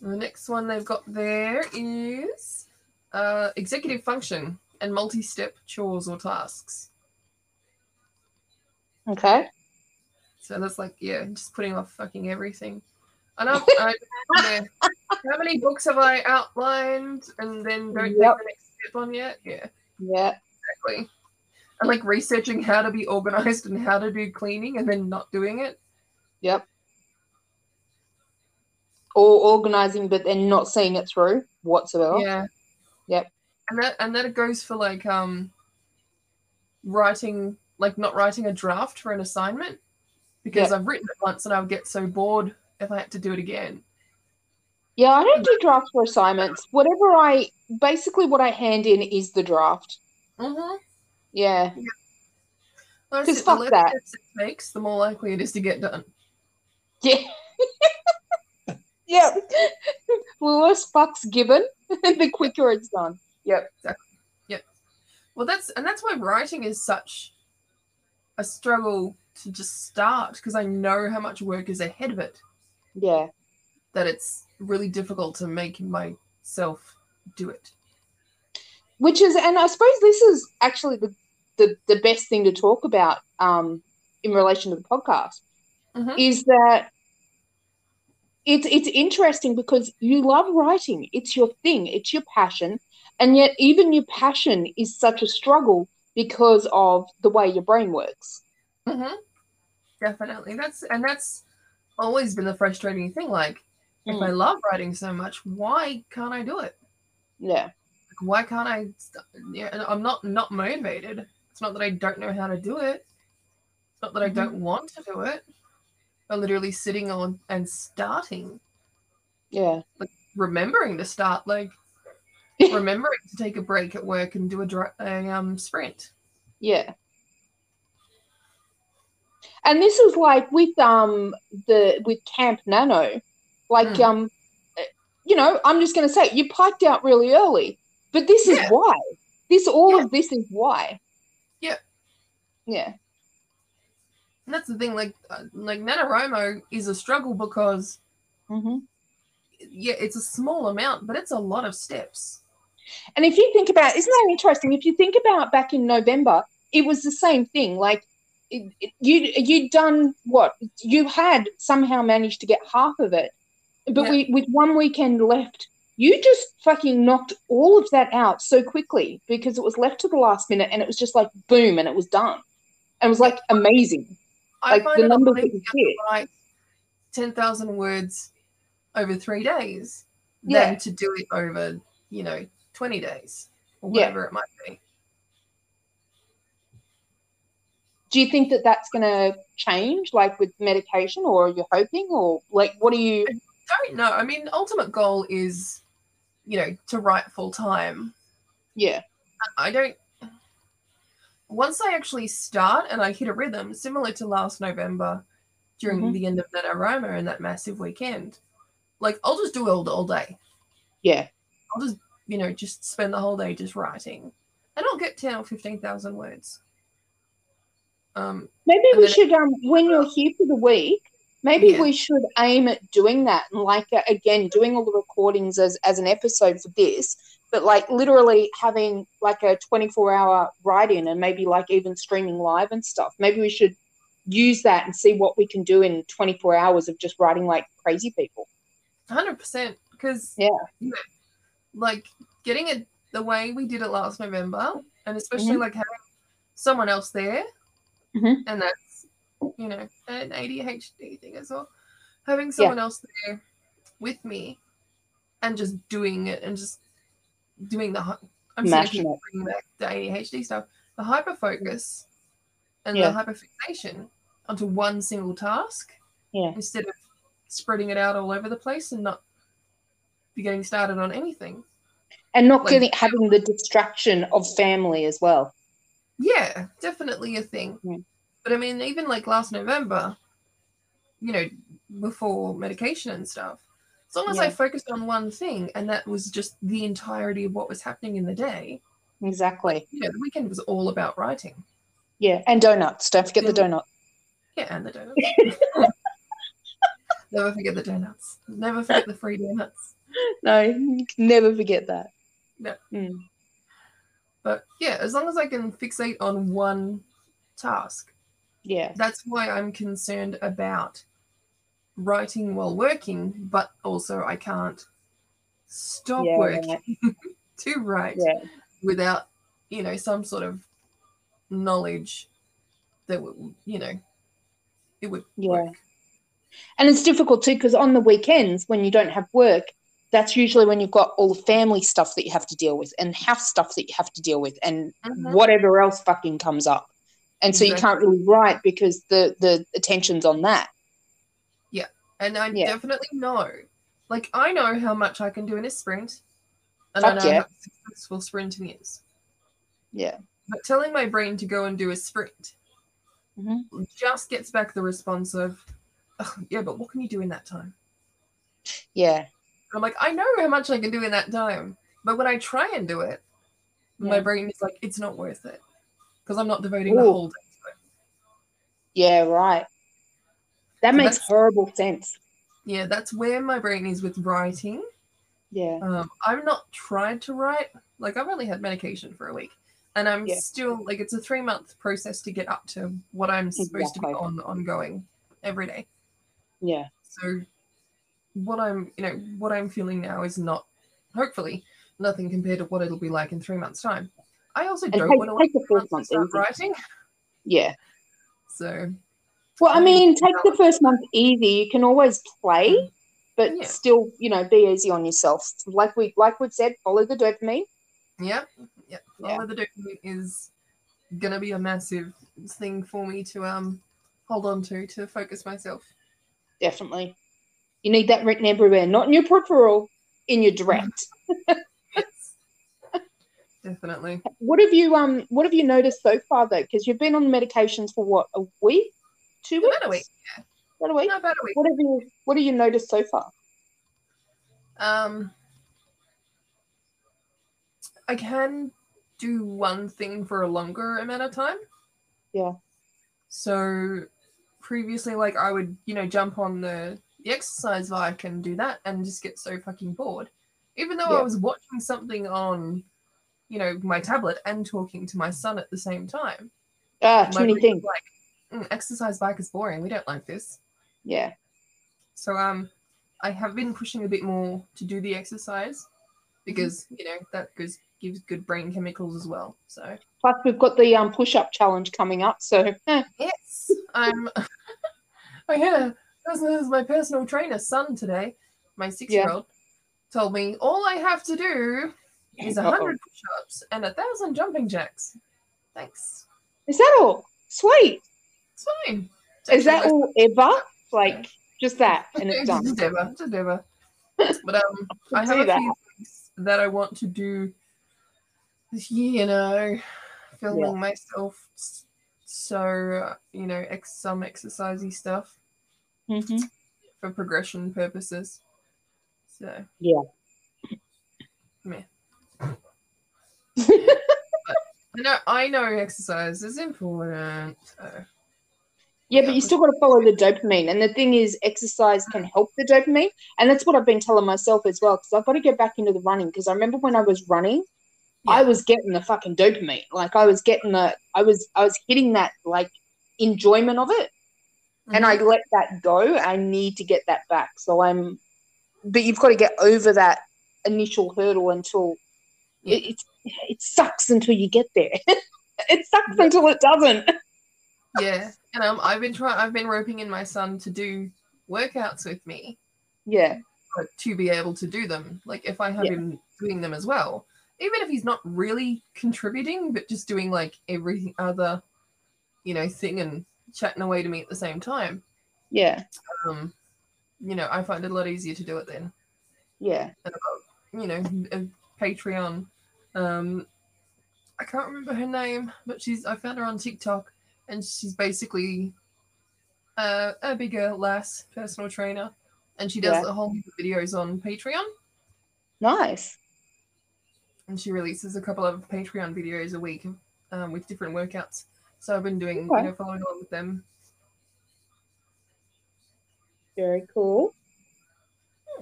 The next one they've got there is uh, executive function and multi-step chores or tasks.
Okay.
So that's like, yeah, just putting off fucking everything. And I've, I, yeah. how many books have I outlined and then don't take
Yep.
the next step on yet? Yeah,
Yeah.
exactly. And like researching how to be organized and how to do cleaning and then not doing it.
Yep. Or organizing, but then not seeing it through whatsoever.
Yeah.
Yep.
And that and that goes for like um writing like not writing a draft for an assignment because I've written it once and I would get so bored if I had to do it again.
Yeah, I don't do drafts for assignments. Whatever I basically what I hand in is the draft.
Mm-hmm.
Yeah. 'Cause
the
fuck
less
that.
steps it takes, the more likely it is to get done.
Yeah. yep. The less fucks given, the quicker it's done. Yep.
Well, that's and that's why writing is such a struggle to just start because I know how much work is ahead of it
Yeah.
that it's really difficult to make myself do it.
Which is, and I suppose this is actually the, the, the best thing to talk about um, in relation to the podcast
Mhm.
is that it's it's interesting because you love writing. It's your thing. It's your passion, and yet even your passion is such a struggle because of the way your brain works.
Mm-hmm. Definitely. That's and that's always been the frustrating thing. Like, if
Mm.
I love writing so much, why can't I do it?
Yeah.
Like, why can't I? St- yeah, and I'm not not motivated. It's not that I don't know how to do it. It's not that I
Mm-hmm.
don't want to do it. I'm literally sitting on and starting,
Yeah.
remembering to start, like remembering to take a break at work and do a, dri- a um sprint.
Yeah. And this is like with um the with Camp Nano, like
Hmm.
um, you know, I'm just gonna say you piked out really early, but this is
Yeah.
why. This all of this is why.
Yeah.
Yeah.
And that's the thing. Like, uh, like NaNoWriMo is a struggle because
hmm
yeah, it's a small amount, but it's a lot of steps.
And if you think about, isn't that interesting? If you think about back in November, it was the same thing. Like it, it- you, you'd done what you had somehow managed to get half of it, but
Yeah.
we, with one weekend left, you just fucking knocked all of that out so quickly because it was left to the last minute, and it was just like boom, and it was done. And it was like amazing.
I
Like,
find
the
it
numbers
amazing
that you
to
get.
write ten thousand words over three days
Yeah.
than to do it over, you know, twenty days or
Yeah.
whatever it might be.
Do you think that that's going to change, like with medication, or you're hoping, or like what do you?
Don't know. I mean, ultimate goal is, you know, to write full time.
Yeah,
I don't. Once I actually start and I hit a rhythm, similar to last November during
Mhm.
the end of NaNoWriMo and that massive weekend, like I'll just do it all, all day.
yeah,
I'll just, you know, just spend the whole day just writing. And I'll get 10 or 15,000 words. Um,
Maybe
And
we
then it-
should, um, when you're here for the week, maybe
Yeah.
we should aim at doing that and, like, uh, again, doing all the recordings as as an episode for this, but like literally having like a 24 hour write in and maybe like even streaming live and stuff. Maybe we should use that and see what we can do in 24 hours of just writing like crazy people.
100%. Because,
Yeah.
like, getting it the way we did it last November, and especially like having someone else there,
Mhm.
and that's, you know, an ADHD thing as well. Having someone else there with me and just doing it and just doing the. hu- I'm just gonna keep
Mashing it.
bring back the ADHD stuff, the hyper focus and
Yeah.
the hyperfixation onto one single task.
Yeah.
Instead of spreading it out all over the place and not be getting started on anything.
And not
Like-
getting having the distraction of family as well.
Yeah, definitely a thing.
Yeah.
But I mean, even like last November, you know, before medication and stuff, as long as I
Yeah.
focused on one thing and that was just the entirety of what was happening in the day,
Exactly.
you know, the weekend was all about writing.
Yeah. And donuts. Don't forget the
Yeah.
donuts.
Yeah, and the donuts. Never forget the donuts. Never forget the free donuts.
No, you can never forget that.
No.
Mm.
But yeah, as long as I can fixate on one task,
Yeah.
that's why I'm concerned about writing while working, but also I can't stop
Yeah,
working to write
Yeah.
without, you know, some sort of knowledge that, would, you know, it would
Yeah.
work.
And it's difficult too because on the weekends when you don't have work, that's usually when you've got all the family stuff that you have to deal with and house stuff that you have to deal with and
Mhm.
whatever else fucking comes up. And so you can't really write because the the attention's on that.
And I
Yeah.
definitely know. Like I know how much I can do in a sprint. And I
Fuck
know
yeah.
how successful sprinting is.
Yeah.
But telling my brain to go and do a sprint
Mhm.
just gets back the response of, "Ugh, yeah, but what can you do in that time?
Yeah.
I'm like, I know how much I can do in that time, but when I try and do it, my
Yeah.
brain is like, it's not worth it because I'm not devoting the
Ooh.
whole day. to it."
Yeah, right. That
And
makes
that's-
horrible sense.
Yeah, that's where my brain is with writing.
Yeah.
Um, I'm not tried to write. Like I've only had medication for a week, and I'm
Yeah.
still like it's a three month process to get up to what I'm supposed to
Exactly.
be on ongoing every day.
Yeah.
So what I'm you know what I'm feeling now is not hopefully nothing compared to what it'll be like in three months time. I also
take-
don't want to wait
take the
three
first
months to
month
start writing.
Yeah.
So
Well, I
Um,
mean, take the first month easy. You can always play, but
Mm. Yeah.
still, you know, be easy on yourself. Like we like we said, follow the dopamine.
yeah, yeah,
Yeah.
follow the dopamine is gonna be a massive thing for me to um hold on to to focus myself.
Definitely. You need that written everywhere, not in your peripheral, in your direct.
Yes. Definitely.
What have you um what have you noticed so far though? Because you've been on medications for what, a week? Two weeks?
About a week.
About a week?
Not about a week.
What have you what have you noticed so far?
Um, I can do one thing for a longer amount of time.
Yeah.
So previously, like I would, you know, jump on the the exercise bike and do that, and just get so fucking bored. Even though I
Yeah.
was watching something on, you know, my tablet and talking to my son at the same time.
Ah, too
my brain
many
was
things.
Like "Mm, exercise bike is boring. We don't like this.
Yeah.
So um, I have been pushing a bit more to do the exercise because
Mm-hmm.
you know that gives gives good brain chemicals as well. So
Plus, we've got the um, push-up challenge coming up, so eh,
yes, I'm. oh yeah, this is my personal trainer's son today. My six year old told me all I have to do is a
Uh-oh.
hundred push-ups and a thousand jumping jacks. Thanks.
is that all? Sweet.
It's fine. It's
Is that
actually
all ever? Like just that, and it's
Just
done.
ever, just ever. But um, I have
Do
a
that.
few things that I want to do this year. You know, filming myself. s- So you know, ex- some exercisey stuff
Mhm.
for progression purposes. So
Yeah.
Meh. But I know. I know exercise is important. So.
Yeah, but Mm. you still got to follow the dopamine, and the thing is, exercise can help the dopamine, and that's what I've been telling myself as well. Because I've got to get back into the running. Because I remember when I was running, I was getting the fucking dopamine. Like I was getting the, I was, I was hitting that like enjoyment of it. and I let that go. I need to get that back. So I'm, but you've got to get over that initial hurdle until
Yeah.
it, it it sucks until you get there. it sucks until it doesn't.
yeah, and um, I've been trying. I've been roping in my son to do workouts with me.
Yeah,
but to be able to do them. Like if I have
Yeah.
him doing them as well, even if he's not really contributing, but just doing like every other, you know, thing and chatting away to me at the same time,
yeah,
um, you know, I find it a lot easier to do it then.
yeah.
You know,
Mm-hmm.
a Patreon. Um, I can't remember her name, but she's I found her on TikTok, and she's basically uh, a bigger lass personal trainer, and she does
Yeah.
a whole heap of videos on Patreon.
Nice.
and she releases a couple of Patreon videos a week um, with different workouts. So I've been doing,
Okay.
you know, following along with them.
Very cool.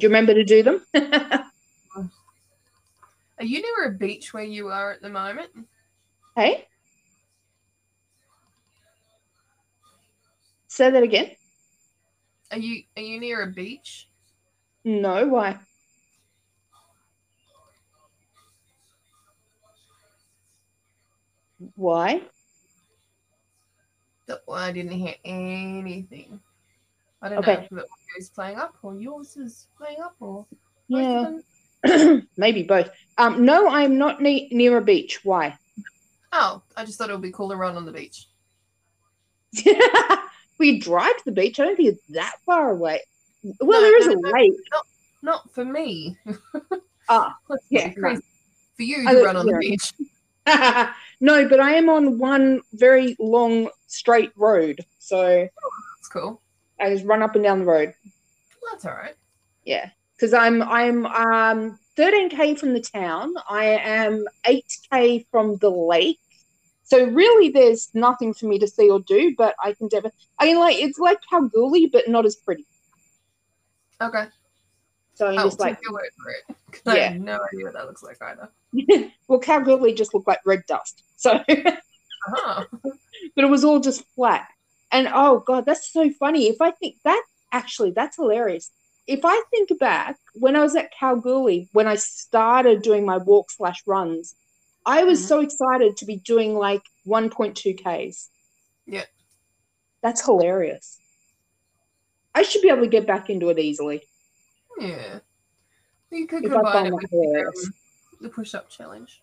Do you remember to do them?
Are you near a beach where you are at the moment?
hey, say that again.
Are you are you near a beach?
No, why? Why?
Th- well, I didn't hear anything. I don't know
Okay.
if the audio's playing up or yours is playing up or both of
Yeah,
them-
maybe both. Um, no, I am not ne- near a beach. Why?
Oh, I just thought it would be cool to run on the beach.
we drive to the beach. I don't think it's that far away. Well,
No,
there is
no,
a
no.
lake.
Not for me.
Ah,
That's
yeah,
crazy. For you
I
to
don't-
run on the
yeah.
beach.
no, but I am on one very long straight road, so
That's cool.
I just run up and down the road.
That's all right.
Yeah, because I'm I'm um 13k from the town. I am 8k from the lake. So really, there's nothing for me to see or do, but I can definitely. I mean, like it's like Kalgoorlie, but not as pretty.
Okay.
So I'm
I'll
just
take
like,
your word for it. 'cause I have no idea what that looks like either.
well, Kalgoorlie just looked like red dust. So, but
Uh-huh.
it was all just flat. And oh god, that's so funny. If I think that actually, that's hilarious. If I think back when I was at Kalgoorlie, when I started doing my walk slash runs, I was
Mhm.
so excited to be doing like 1.2 k's.
Yeah.
that's hilarious. I should be able to get back into it easily.
Yeah. You could
If I
combine
find
it
that
with
hilarious.
the, um, the push up challenge.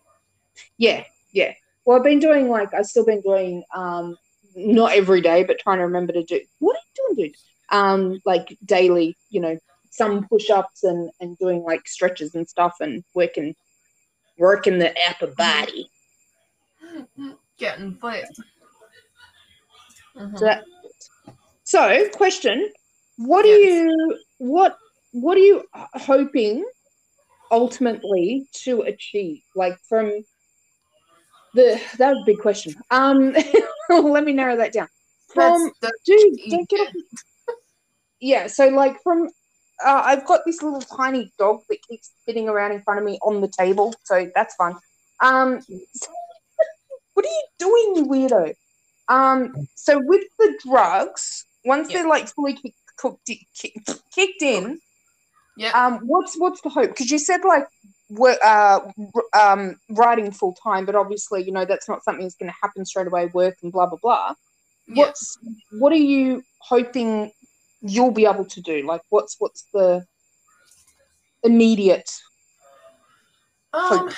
Yeah, yeah. Well, I've been doing like I've still been doing um not every day, but trying to remember to do what are you doing, dude? Um, like daily, you know, some push ups and and doing like stretches and stuff and working working the upper body.
Getting flipped. Mhm.
So that so question: What
Yes.
are you what what are you hoping ultimately to achieve? Like from the that was a big question. Um, let me narrow that down. From
That's- that's
dude,
easy.
um, don't get off. Yeah, so like from uh, I've got this little tiny dog that keeps spinning around in front of me on the table, so that's fun. Um, so- what are you doing, you weirdo? Um, so with the drugs, once
Yeah.
they're like fully kick, cooked, kick, kicked in,
Yeah.
um, what's what's the hope? Because you said like wo- uh, r- um, writing full time, but obviously you know that's not something that's going to happen straight away. Work and blah blah blah
Yeah.
what's what are you hoping you'll be able to do like what's what's the immediate
Um,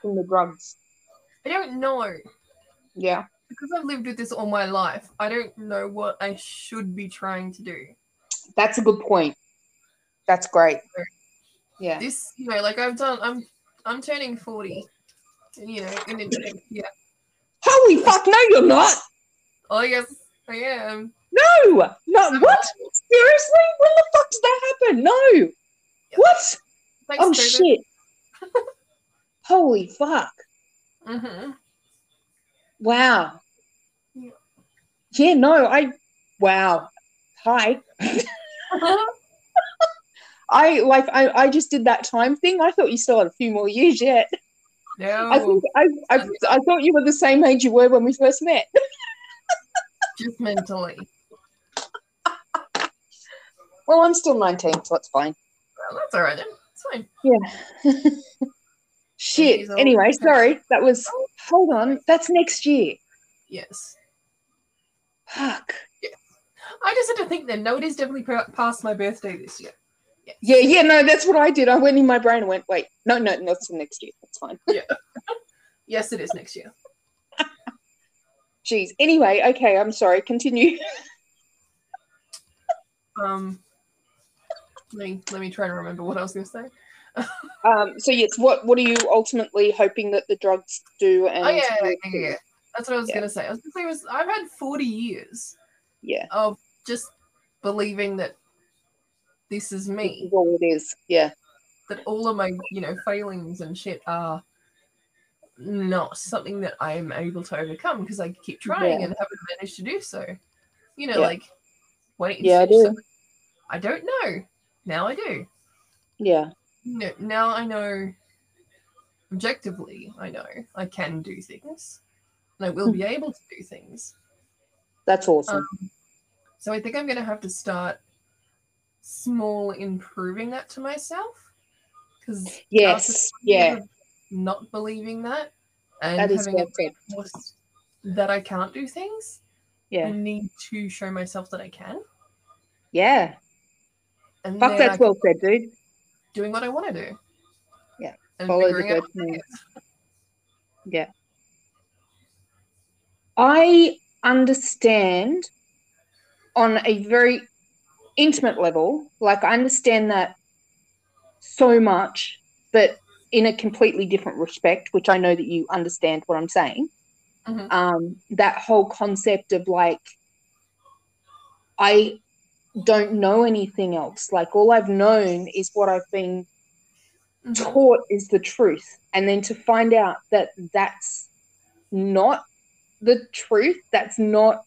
from the drugs
I don't know.
yeah
Because I've lived with this all my life, I don't know what I should be trying to do.
that's a good point that's great yeah
This, you know, like I've done, I'm, I'm turning forty, you know, in the next year.
holy fuck no you're not
Oh yes, I am.
no no what seriously when the fuck did that happen no what
Thanks,
oh shit holy fuck
Mm-hmm.
wow
Yeah.
yeah no i wow hi I like I, I just did that time thing. I thought you still had a few more years yet.
no,
I think I, I I thought you were the same age you were when we first met.
just mentally.
Well, I'm still 19, so that's fine.
Well, that's all right then. It's fine.
Shit.
years old.
Anyway, sorry. That was hold on. That's next year.
Yes,
Fuck.
I just had to think. Then no, it is definitely pa- past my birthday this year.
Yeah, yeah, no, that's what I did. I went in my brain and went, wait, no, no, no, that's next year. That's fine.
Yes, it is next year.
Jeez. Anyway, okay, I'm sorry. Continue.
Um, let me let me try to remember what I was going to say.
Um, so yes, what what are you ultimately hoping that the drugs do and
Oh yeah, yeah, yeah, yeah. That's what I was
Yeah.
gonna say. I was gonna say was I've had forty years
Yeah,
of just believing that this is
this
me.
is all it is. Yeah.
That all of my, you know, failings and shit are not something that I am able to overcome because I keep trying
Yeah.
and haven't managed to do so. You know,
Yeah.
like wait and
Yeah, I
see,
do.
so- I don't know. Now I do.
Yeah.
No, now I know objectively, I know I can do things and I will be able to do things.
That's awesome.
So I think I'm going to have to start small, improving that to myself. Because
Yes, yeah,
not believing that and
that is
having
well
it
said.
forced that I can't do things, I
Yeah,
need to show myself that I can.
yeah.
And
Fuck,
then I
that's
keep
well said, dude.
doing what I want to do.
Yeah.
and
Follow the
figuring out
good
what it
news.
is.
I understand on a very intimate level. Like I understand that so much that in a completely different respect, which I know that you understand what I'm saying.
Mhm.
Um, that whole concept of like, I don't know anything else. Like, all I've known is what I've been
Mhm.
taught is the truth. And then to find out that that's not the truth, that's not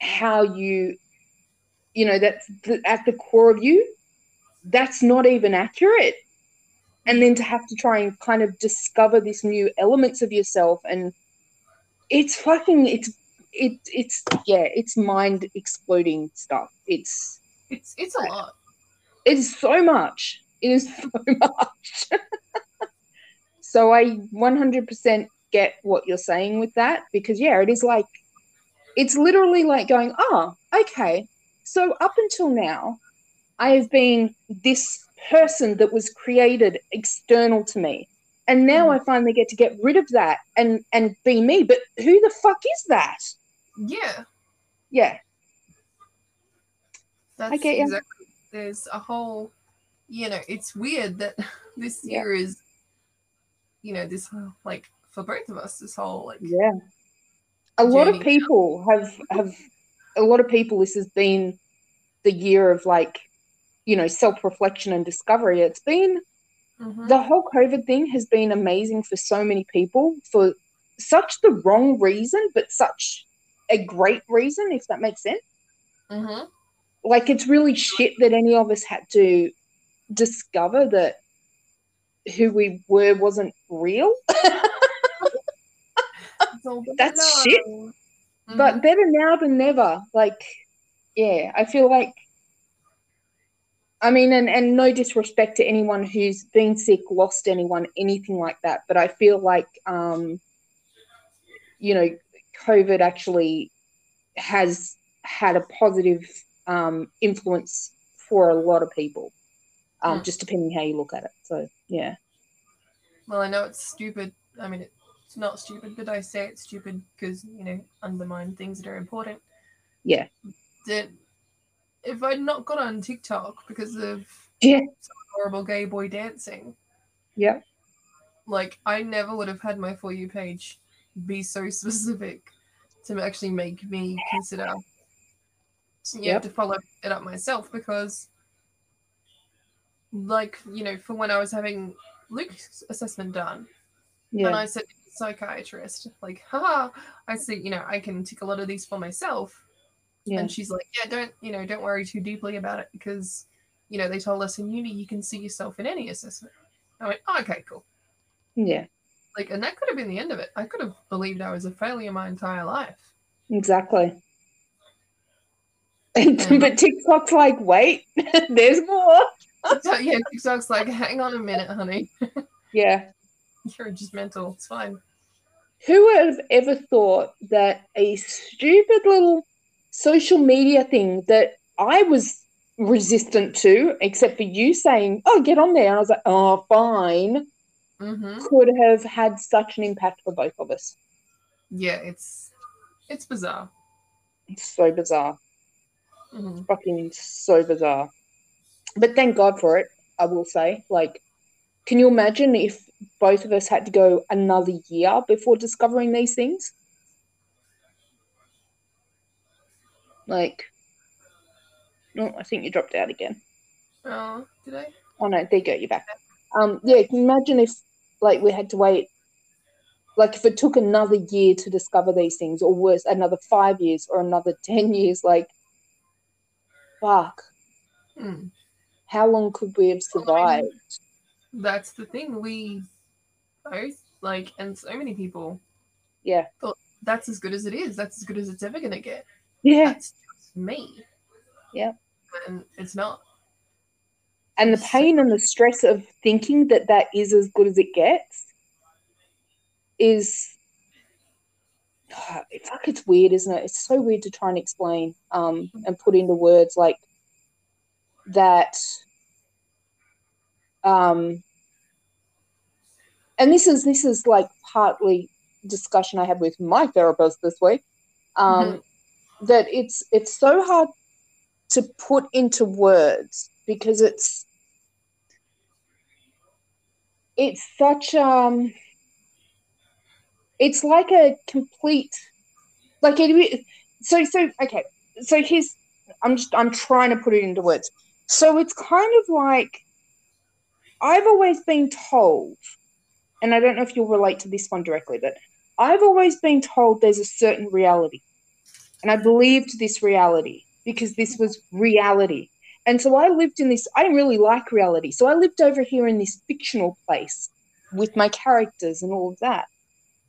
how you, you know, that's the, at the core of you, that's not even accurate. And then to have to try and kind of discover these new elements of yourself and it's fucking it's it it's yeah, it's mind exploding stuff. It's
It's it's a lot.
it is so much. It is so much. so I 100% get what you're saying with that because, yeah, it is like, it's literally like going, oh, okay. So up until now, I have been this person that was created external to me. And now I finally get to get rid of that and, and be me. But who the fuck is that?
Yeah.
Yeah.
That's
get ya.
exactly. There's a whole, you know, it's weird that this
Yeah.
year is, you know, this whole, like for both of us, this whole like
Yeah. A lot of
journey.
people have have a lot of people this has been the year of like, you know, self-reflection and discovery. It's been
mhm.
the whole COVID thing has been amazing for so many people for such the wrong reason, but such a great reason, if that makes sense.
Mhm.
Like it's really shit that any of us had to discover that who we were wasn't real.
It's all better
That's
now.
shit.
Mhm.
but better now than never like yeah i feel like i mean and, and no disrespect to anyone who's been sick lost anyone anything like that but i feel like um you know covid actually has had a positive um influence for a lot of people um
Mm.
just depending how you look at it so yeah
well, I know it's stupid. I mean, it's not stupid, but I say it's stupid because you know undermine things that are important.
Yeah.
That if I'd not got on TikTok because of
Yeah.
some horrible gay boy dancing,
yeah
like I never would have had my for you page be so specific to actually make me consider you know,
Yep.
to follow it up myself because like you know for when I was having Luke's assessment done and
yeah
I said psychiatrist like haha I said you know I can tick a lot of these for myself
yeah
and she's like yeah don't you know don't worry too deeply about it because you know they told us in uni you can see yourself in any assessment I went "Oh, okay cool
yeah
like and that could have been the end of it i could have believed i was a failure my entire life
Exactly. Um, but TikTok's like, wait, there's more.
so yeah tiktok's like hang on a minute honey
Yeah.
you're just mental it's fine
Who would have ever thought that a stupid little social media thing that I was resistant to, except for you saying, oh, get on there. And I was like, oh, fine,
mm-hmm.
could have had such an impact for both of us.
yeah it's it's bizarre
It's so bizarre.
hmm
fucking so bizarre. But thank God for it, I will say. Like, can you imagine if both of us had to go another year before discovering these things? Like, oh, I think you dropped out again.
oh did i
Oh no, there you go, you're back. Um, yeah, can you imagine if like we had to wait, like if it took another year to discover these things, or worse, another five years or another ten years? Like, fuck.
Hmm.
how long could we have survived?
that's the thing we both like and so many people
Yeah.
thought that's as good as it is that's as good as it's ever gonna get
Yeah.
that's just me
Yeah.
and it's not
And the pain and the stress of thinking that that is as good as it gets is fuck, it's weird, isn't it? It's so weird to try and explain um, and put into words like that. Um, and this is this is like partly discussion I had with my therapist this week. Um, That it's it's so hard to put into words because it's it's such um it's like a complete like it so so okay so here's i'm just i'm trying to put it into words so it's kind of like i've always been told and i don't know if you'll relate to this one directly but i've always been told there's a certain reality and i believed this reality because this was reality and so i lived in this i didn't really like reality so i lived over here in this fictional place with my characters and all of that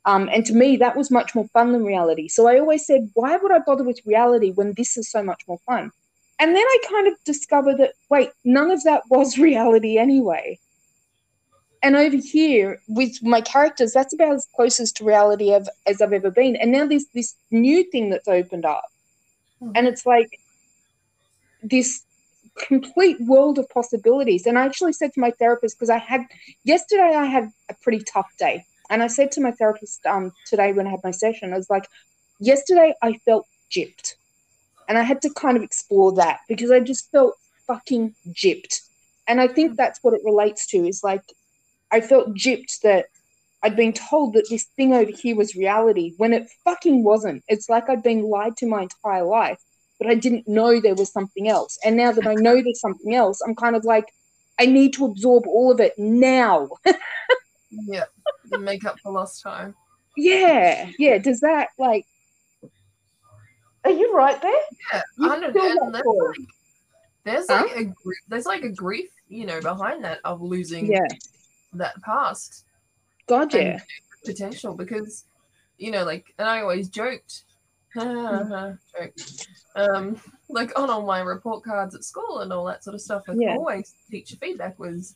um, and to me, that was much more fun than reality. So I always said, why would I bother with reality when this is so much more fun? And then I kind of discovered that, wait, none of that was reality anyway. And over here with my characters, that's about as close as to reality I've, as I've ever been. And now there's this new thing that's opened up. Mm-hmm. And it's like this complete world of possibilities. And I actually said to my therapist, because I had, yesterday I had a pretty tough day. And I said to my therapist um, today when I had my session, I was like, yesterday I felt gypped. And I had to kind of explore that because I just felt fucking gypped. And I think that's what it relates to is like, I felt gypped that I'd been told that this thing over here was reality when it fucking wasn't. It's like I'd been lied to my entire life, but I didn't know there was something else. And now that I know there's something else, I'm kind of like, I need to absorb all of it now.
yeah make up for lost time
yeah yeah does that like are you right there
yeah you and, and there's, like, there's huh? like a there's like a grief you know behind that of losing
yeah
that past
god yeah
potential because you know like and i always joked joked, um like on all my report cards at school and all that sort of stuff like yeah. always teacher feedback was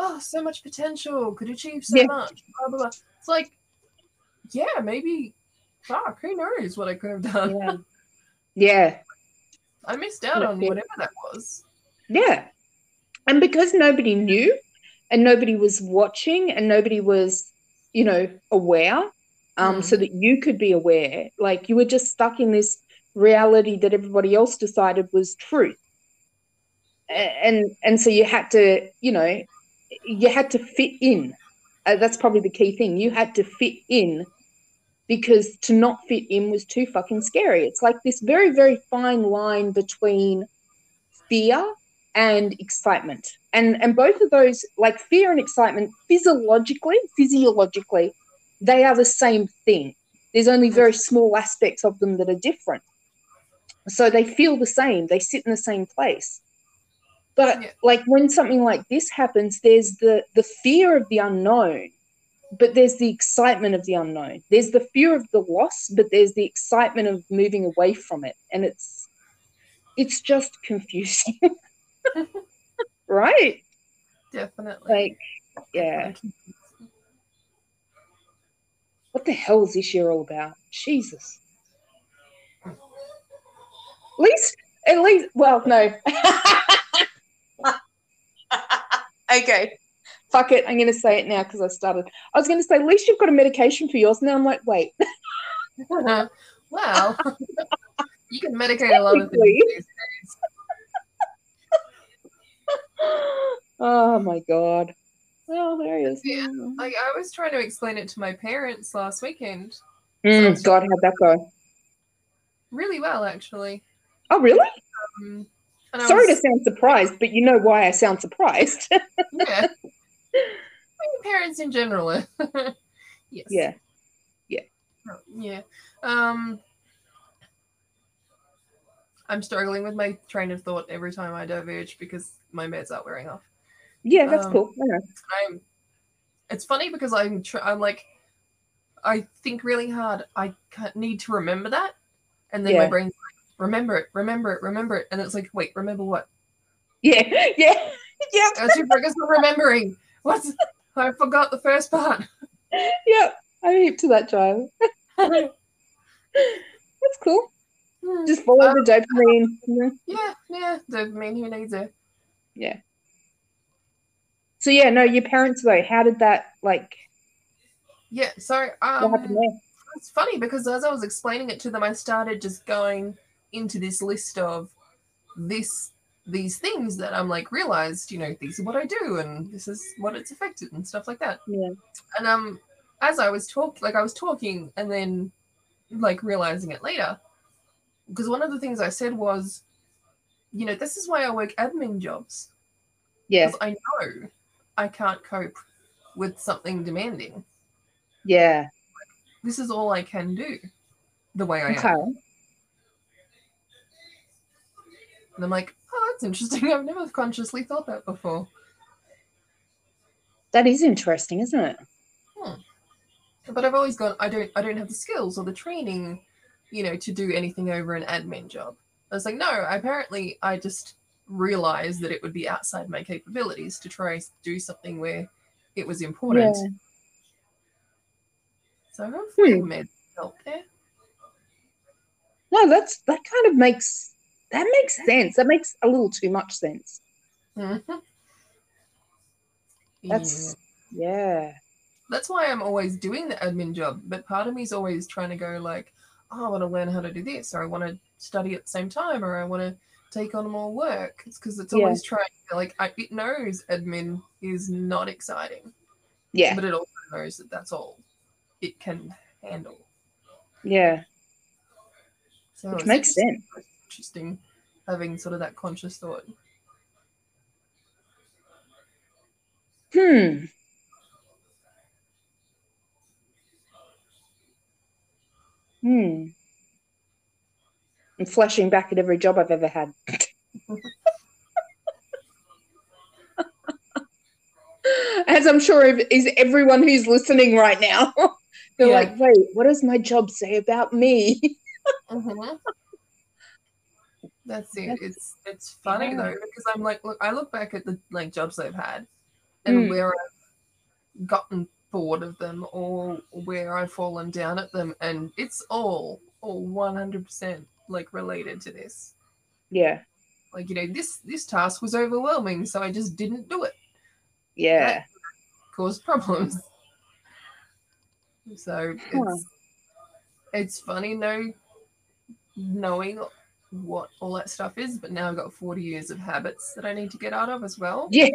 oh, so much potential, could achieve so yeah. much, blah, blah, blah. It's like, yeah, maybe, fuck, who knows what I could have done.
Yeah. yeah.
I missed out on whatever that was.
Yeah. And because nobody knew and nobody was watching and nobody was, you know, aware, um, mm. so that you could be aware, like you were just stuck in this reality that everybody else decided was truth. And and so you had to, you know, you had to fit in. Uh, that's probably the key thing. You had to fit in because to not fit in was too fucking scary. It's like this very, very fine line between fear and excitement. And and both of those, like fear and excitement, physiologically, physiologically, they are the same thing. There's only very small aspects of them that are different. So they feel the same. They sit in the same place but yeah. like when something like this happens there's the the fear of the unknown but there's the excitement of the unknown there's the fear of the loss but there's the excitement of moving away from it and it's it's just confusing right
definitely
like yeah what the hell is this year all about jesus at least at least well no okay. Fuck it. I'm going to say it now because I started. I was going to say, at least you've got a medication for yours. Now I'm like, wait.
well, you can medicate a lot of things
oh my God. Well, there he is.
Yeah, like I was trying to explain it to my parents last weekend.
Mm, so God, how'd that go?
Really well, actually.
Oh, really? Um, Sorry was, to sound surprised, but you know why I sound surprised.
yeah. Parents in general. yes.
Yeah. Yeah.
Oh, yeah. Um I'm struggling with my train of thought every time I diverge because my meds aren't wearing off.
Yeah, that's um, cool. Yeah.
I'm It's funny because I'm tr- I'm like I think really hard. I need to remember that and then yeah. my brain's remember it, remember it, remember it. And it's like, wait, remember what?
Yeah, yeah, yeah.
That's your focus on remembering. What? I forgot the first part.
Yep, I'm hip to that child. That's cool. Mm. Just follow um, the dopamine.
Yeah, yeah, dopamine. Who needs it?
Yeah. So yeah, no, your parents though. How did that like?
Yeah, so um, it's funny because as I was explaining it to them, I started just going into this list of this these things that I'm like realized, you know, these are what I do and this is what it's affected and stuff like that.
Yeah.
And um as I was talking like I was talking and then like realizing it later. Because one of the things I said was, you know, this is why I work admin jobs.
Yeah.
Because I know I can't cope with something demanding.
Yeah.
This is all I can do the way I
Okay.
am. And I'm like, oh, that's interesting. I've never consciously thought that before.
That is interesting, isn't it?
But I've always gone, I don't I don't have the skills or the training, you know, to do anything over an admin job. I was like, no, apparently I just realized that it would be outside my capabilities to try s- do something where it was important.
Yeah.
So hopefully
Hmm.
made help there.
No, that's that kind of makes that makes sense. That makes a little too much sense.
Mhm.
That's
Mm.
yeah.
that's why I'm always doing the admin job. But part of me is always trying to go like, oh, I want to learn how to do this, or I want to study at the same time, or I want to take on more work. It's because it's
Yeah.
always trying. Like I, it knows admin is not exciting,
Yeah.
but it also knows that that's all it can handle.
Yeah.
So
Which
it's
makes
inter-
sense.
Interesting having sort of that conscious thought.
Hmm. Hmm. I'm flashing back at every job I've ever had. As I'm sure ev- is everyone who's listening right now. They're
Yeah.
like, wait, what does my job say about me?
Mhm. That's it.
Mm-hmm. That's-
It's it's funny
Yeah.
though because I'm like, look, I look back at the like jobs I've had, and
Mm.
where I've gotten bored of them or where I've fallen down at them, and it's all all 100 percent like related to this.
yeah.
Like you know, this this task was overwhelming, so I just didn't do it.
Yeah.
Caused problems. So
Huh.
it's it's funny know knowing what all that stuff is, but now I've got 40 years of habits that I need to get out of as well.
Yeah.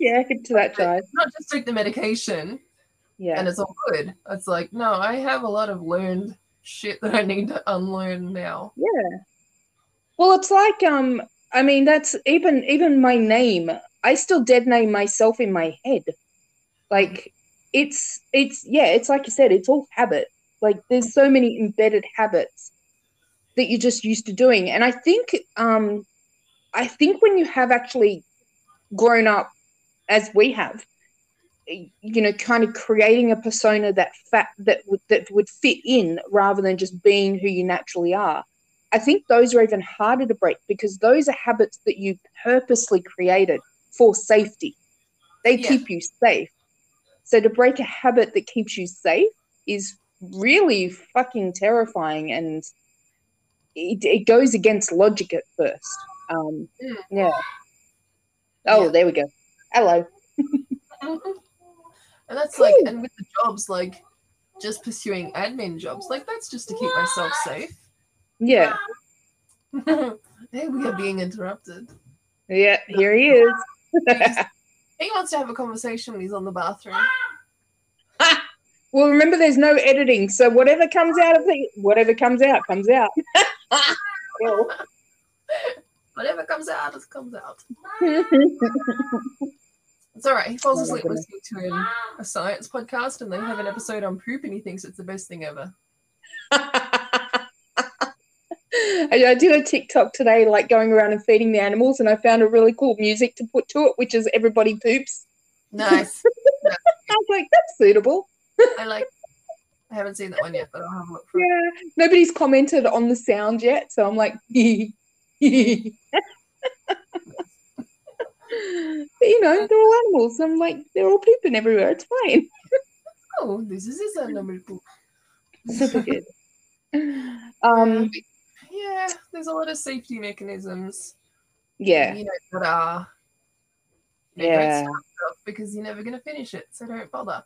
Yeah. To that guy.
Not just take the medication
Yeah.
and it's all good. It's like, no, I have a lot of learned shit that I need to unlearn now.
Yeah. Well, it's like um I mean that's even even my name. I still dead name myself in my head. Like it's it's yeah, it's like you said, it's all habit. Like there's so many embedded habits that you're just used to doing. And I think um I think when you have actually grown up as we have you know kind of creating a persona that fat that would that would fit in rather than just being who you naturally are I think those are even harder to break because those are habits that you purposely created for safety. They
Yeah.
keep you safe. So to break a habit that keeps you safe is really fucking terrifying and it, it goes against logic at first. Um,
Mm.
Yeah. Oh,
Yeah.
there we go. Hello.
Mhm. And that's
Cool.
like, and with the jobs, like just pursuing admin jobs, like that's just to keep myself safe.
Yeah.
hey, we are being interrupted.
Yeah. Here he is.
He just- he wants to have a conversation when he's on the bathroom.
Well, remember, there's no editing, so whatever comes out of the whatever comes out comes out. Cool.
Whatever comes out, it comes out. It's all right. He falls
Oh my
asleep
goodness.
listening to an, a science podcast, and they have an episode on poop, and he thinks it's the best thing ever.
I, I did a TikTok today, like going around and feeding the animals, and I found a really cool music to put to it, which is "Everybody Poops."
Nice.
I was like, "That's suitable."
I like. I haven't seen that one yet, but I'll have a look for it.
Yeah, nobody's commented on the sound yet, so I'm like, but you know, they're all animals. I'm like, they're all pooping everywhere. It's fine.
Oh, this is his number poop.
Super good. Um,
yeah, there's a lot of safety mechanisms.
yeah,
You know that are. you know, don't
yeah,
start stuff because you're never going to finish it, so don't bother.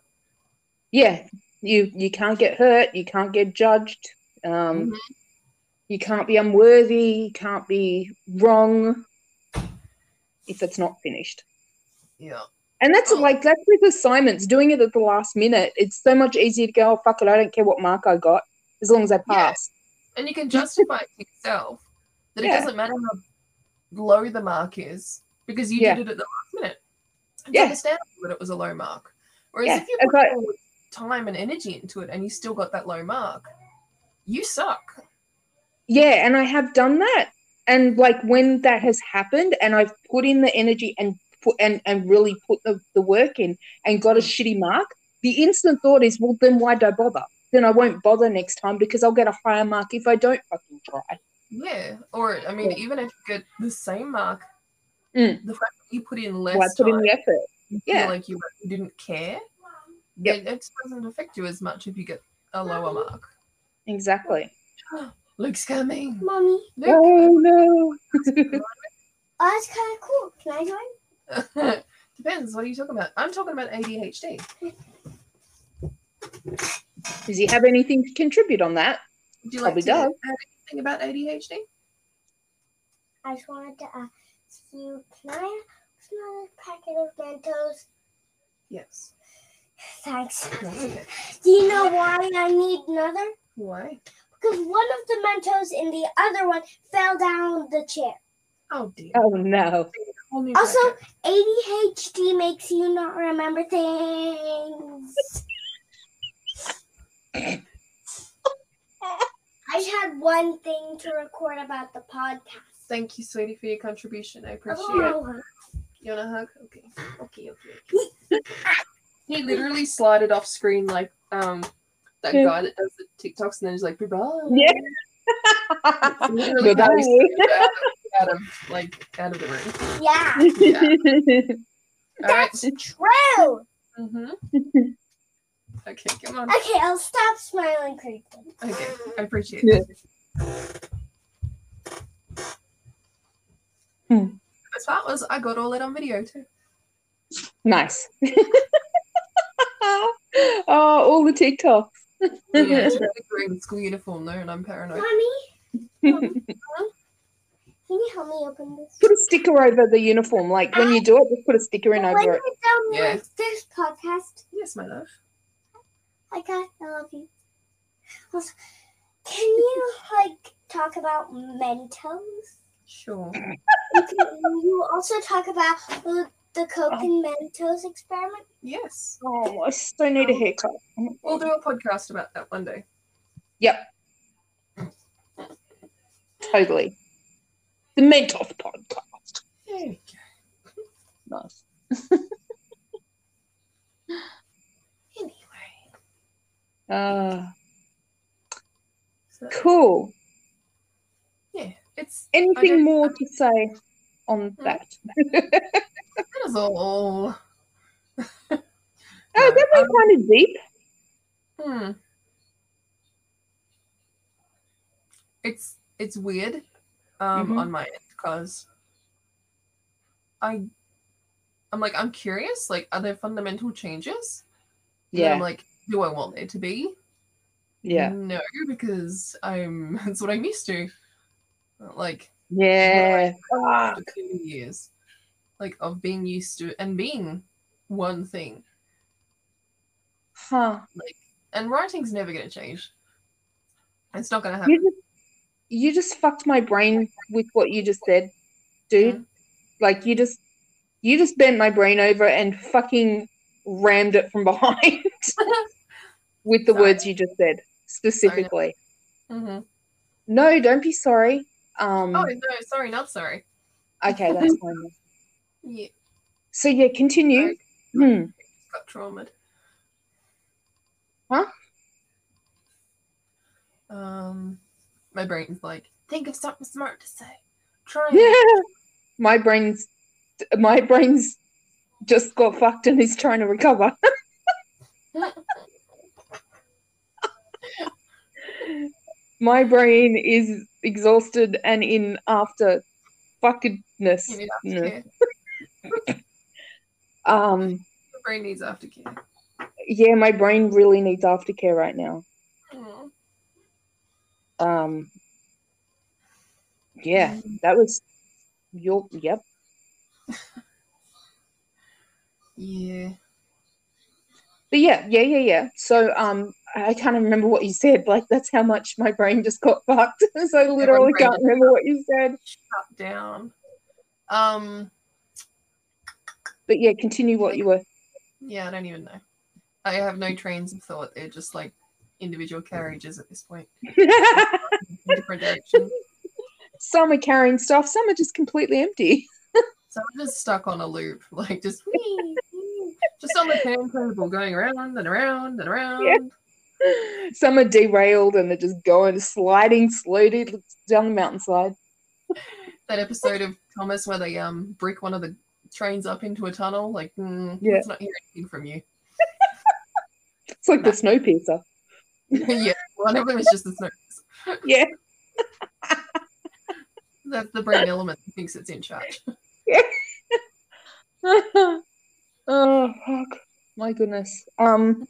yeah. You you can't get hurt. You can't get judged. Um,
Mhm.
you can't be unworthy. You can't be wrong. if it's not finished.
Yeah.
And that's
Oh.
like that's with assignments. Doing it at the last minute, it's so much easier to go. Oh, fuck it, I don't care what mark I got as long as I
Yeah.
pass.
And you can justify it to yourself that
Yeah.
it doesn't matter how low the mark is because you
Yeah.
did it at the last minute. It's
Yeah.
understandable that it was a low mark. Whereas
Yeah,
if you
that's
put
right.
all time and energy into it and you still got that low mark, you suck.
Yeah, and I have done that. And like when that has happened and I've put in the energy and put and, and really put the, the work in and got a shitty mark, the instant thought is, well then why do I bother? Then I won't bother next time because I'll get a higher mark if I don't fucking try.
Yeah. Or I mean,
Yeah.
even if you get the same mark,
Mm.
the fact that you put in less
Well, I put in
time,
the effort.
you
yeah.
feel like you didn't care,
Yep.
then it doesn't affect you as much if you get a lower mark.
Exactly.
Luke's coming.
Mommy,
Luke.
Oh no.
oh, it's kind of cool. Can I join?
Depends. What are you talking about? I'm talking about ADHD.
Does he have anything to contribute on that?
Would you like
Probably
to
does.
add anything about ADHD?
I just wanted to ask you, can I have another packet of Mentos?
Yes.
Thanks.
That's okay.
Do you know why I need another?
Why?
Because one of the Mentos in the other one fell down the chair.
Oh dear.
Oh no.
Whole new
Also-
bracket.
ADHD makes you not remember things. I just had one thing to record about the podcast.
thank you, sweetie, for your contribution. I appreciate it.
Oh,
You want a hug? Okay. Okay. Okay. okay. he literally slided off screen like um that
Yeah.
guy that does the TikToks and then he's like, goodbye.
Yeah.
Literally
Goodbye.
how he slid out, of, out of like out of the room.
yeah,
All right.
true.
Mm-hmm. Okay, come on.
Okay, I'll stop smiling creepily.
Okay, I appreciate
Yeah.
it.
Hmm.
Best part was I got all that on video too.
nice. oh, all the TikTok.
Yeah, it's really great in school uniform though, and I'm paranoid.
Mommy,
Mum,
can you help me open this?
put a sticker over the uniform. Like when you do it, just put a sticker in
But when
over it.
I download
Yeah.
this podcast,
yes, my love.
like I, I love you. Also, can you like talk about Mentos?
Sure.
And Can you also talk about the, the Coke and Mentos experiment?
Yes.
Oh, I so need a haircut.
We'll do a podcast about that one day.
Totally. The Mentos podcast.
Yay.
Nice.
Anyway.
Uh,
So,
cool.
yeah, it's
Anything
don't-
more to say on that?
that is all.
Oh, that went
Um,
kind of deep.
Hmm. It's it's weird um,
Mhm.
on my end because I I'm like I'm curious like are there fundamental changes? And then I'm
Yeah,
like do I want there to be?
yeah,
No, because I'm that's what I'm used to. Like
yeah.
after two years, like of being used to and being one thing,
Huh.
and writing's never going to change. It's not going to happen.
You just, you just fucked my brain with what you just said, dude. Like you just, you just bent my brain over and fucking rammed it from behind with the
Sorry.
words you just said specifically.
hmm
No, don't be sorry. Um,
Oh no, sorry, not sorry.
okay, that's fine.
Yeah,
So yeah, continue. Hmm.
got traumatized.
Huh?
Um, my brain's like, think of something smart to say. Try.
Yeah,
it."
my brain's, my brain's just got fucked and is trying to recover. my brain is exhausted and in after fuckedness.
You need
No.
aftercare.
Um,
Your brain needs aftercare.
yeah, my brain really needs aftercare right now.
Mm.
Um, yeah, that was your yep.
Yeah.
But yeah, yeah, yeah, yeah. So um, I can't remember what you said. Like that's how much my brain just got fucked. so I literally
brain
can't
just-
remember what you said.
Shut down. Um.
But yeah, continue what you were.
Yeah, I don't even know. I have no trains of thought. They're just like individual carriages at this point, in different directions.
some are carrying stuff. Some are just completely empty.
So I'm just stuck on a loop, like just wee, wee, just on the turntable, going around and around and around.
Some are derailed and they're just going sliding slowly down the mountainside.
That episode of Thomas where they um brick one of the trains up into a tunnel, like mm,
Yeah.
let's not hear anything from you.
It's like the Snowpiercer.
yeah, one of them is just the snow.
Yeah.
That's the brain element that thinks it's in charge.
oh fuck. My goodness. Um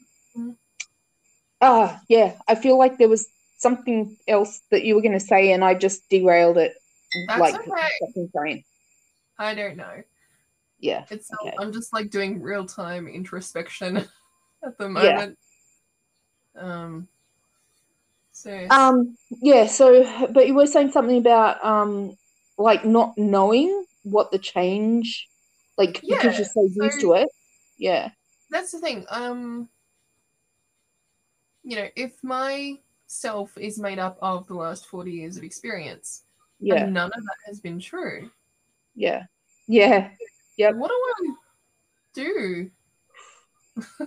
Ah, yeah. I feel like there was something else that you were gonna say and I just derailed it
That's
like
okay.
fucking brain.
I don't know.
Yeah.
It's um,
Okay.
I'm just like doing real time introspection at the
Yeah.
moment. Um. So
Um yeah, so but you were saying something about um like not knowing what the change like because
Yeah,
you're so used to it. Yeah.
that's the thing. Um, you know, if my self is made up of the last 40 years of experience,
Yeah.
and none of that has been true,
Yeah. Yeah. Yep.
what do I do?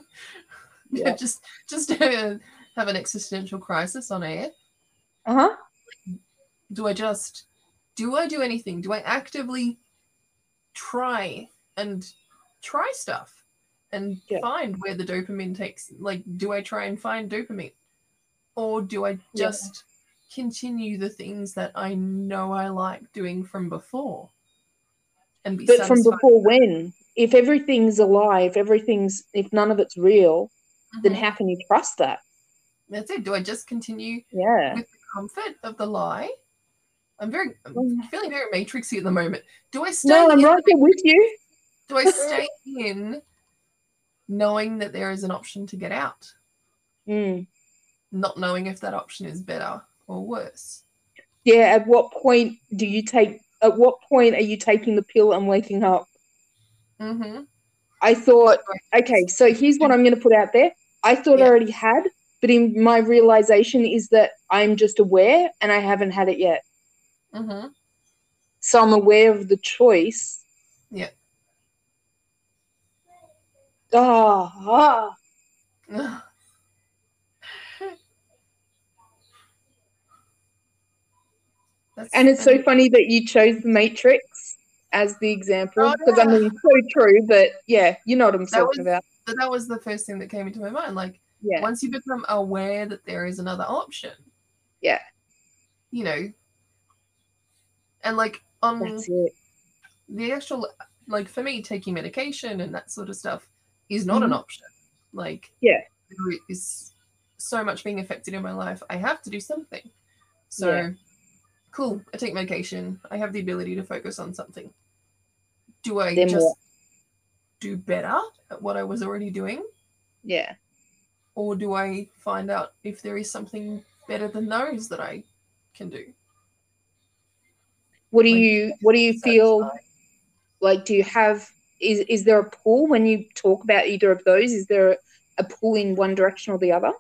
Yeah.
just, just uh, have an existential crisis on air.
Uh-huh.
Do I just, do I do anything? Do I actively try and try stuff and
Yeah.
find where the dopamine takes? Like, do I try and find dopamine? Or do I
Yeah.
just continue the things that I know I like doing from before? And be
But from
satisfied?
before when? If everything's alive, everything's if none of it's real, then
Mhm.
how can you trust that?
That's it. Do I just continue
Yeah.
comfort of the lie? I'm very I'm
Mm.
feeling very matrixy at the moment. Do I stay
No, I'm
in,
right there with you.
do I stay in knowing that there is an option to get out,
Mm.
not knowing if that option is better or worse?
Yeah. At what point do you take? At what point are you taking the pill and waking up?
Mm-hmm.
I thought. Okay. So here's what I'm going to put out there. I thought I
Yeah.
already had, but in my realization is that I'm just aware and I haven't had it yet.
Mm-hmm.
So I'm aware of the choice.
Yeah.
Ah, ah.
That's,
And it's so funny that you chose the Matrix as the example
Oh,
because I
yeah.
mean, it's so true, but yeah, you know what I'm
That
talking
was-
about.
but that was the first thing that came into my mind. Like
Yeah,
once you become aware that there is another option.
Yeah.
You know. And like on
that's it.
the actual like for me taking medication and that sort of stuff is not an option like
Mm-hmm. Yeah.
there is so much being affected in my life i have to do something so
Yeah.
cool i take medication i have the ability to focus on something do i
Then
just
what?
do better at what i was already doing
Yeah,
or do i find out if there is something better than those that i can do
what do
Like,
you what do you
So
feel
it's
like? Do you have is is there a pull when you talk about either of those? Is there a pull in one direction or the other?
like,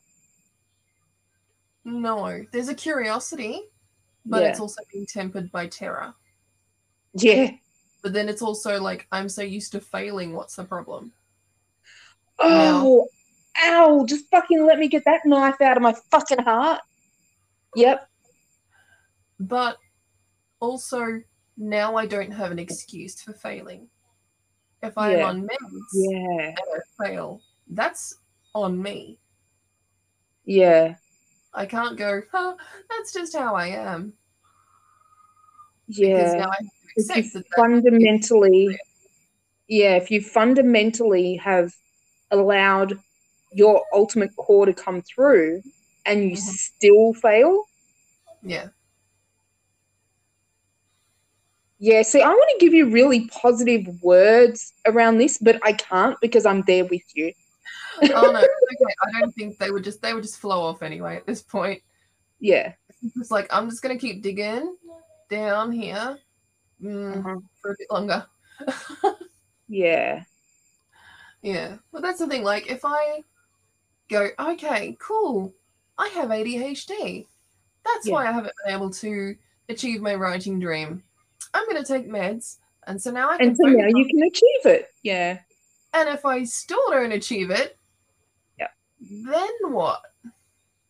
no there's a curiosity but
Yeah.
it's also being tempered by terror
Yeah.
But then it's also like, I'm so used to failing. What's the problem?
Oh, ow! Just fucking let me get that knife out of my fucking heart. Yep.
But also, now I don't have an excuse for failing. If I am
Yeah.
on meds
Yeah.
and I fail, that's on me.
Yeah.
I can't go, huh, that's just how I am. Because
Yeah.
now I have to
if
accept
you
that that
fundamentally yeah if you fundamentally have allowed your ultimate core to come through and you
Mhm.
still fail
yeah.
Yeah, see, I want to give you really positive words around this, but I can't because I'm there with you.
Oh no, it's okay. I don't think they would just they would just flow off anyway at this point.
Yeah.
It's like I'm just gonna keep digging down here mm,
Uh-huh.
for a bit longer.
Yeah.
Yeah, but that's the thing. Like, if I go, okay, cool, I have ADHD. That's
Yeah.
why I haven't been able to achieve my writing dream. I'm going to take meds, and so now I can.
And so
focus
now
on-
you can achieve it. Yeah.
and if I still don't achieve it,
Yeah.
then what?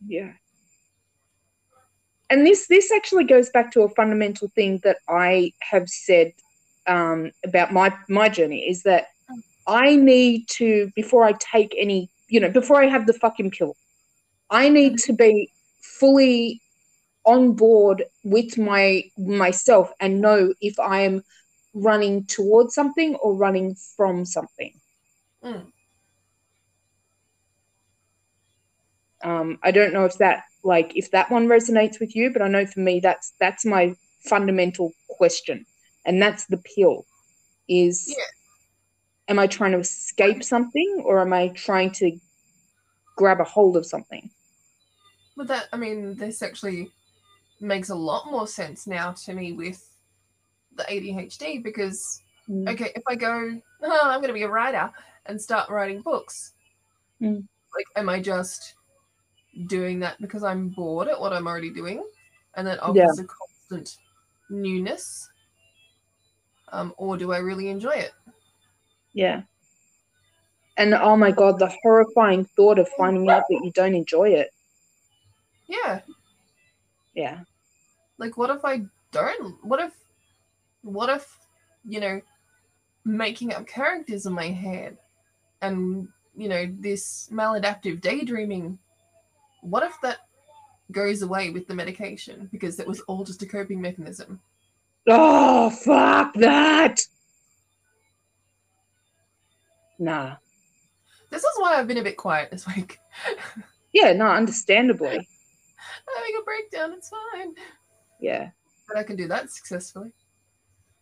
Yeah. And this this actually goes back to a fundamental thing that I have said um, about my my journey is that I need to before I take any you know before I have the fucking pill, I need to be fully on board with my myself and know if I am running towards something or running from something.
Mm.
Um, I don't know if that like if that one resonates with you, but I know for me that's that's my fundamental question, and that's the pill. Is
Yeah.
am I trying to escape something or am I trying to grab a hold of something?
But that, I mean, this actually makes a lot more sense now to me with the ADHD because,
Mm.
okay, if I go, oh, I'm going to be a writer and start writing books,
Mm.
like, am I just doing that because I'm bored at what I'm already doing and that offers a constant newness? Um, or do I really enjoy it?
Yeah. And oh my god, the horrifying thought of finding out that you don't enjoy it.
Yeah.
Yeah.
like what if i don't what if what if you know making up characters in my head and you know this maladaptive daydreaming what if that goes away with the medication because it was all just a coping mechanism
Oh fuck that. Nah.
this is why i've been a bit quiet this week
Yeah, no, understandably.
i'm having a breakdown it's fine
Yeah.
but i can do that successfully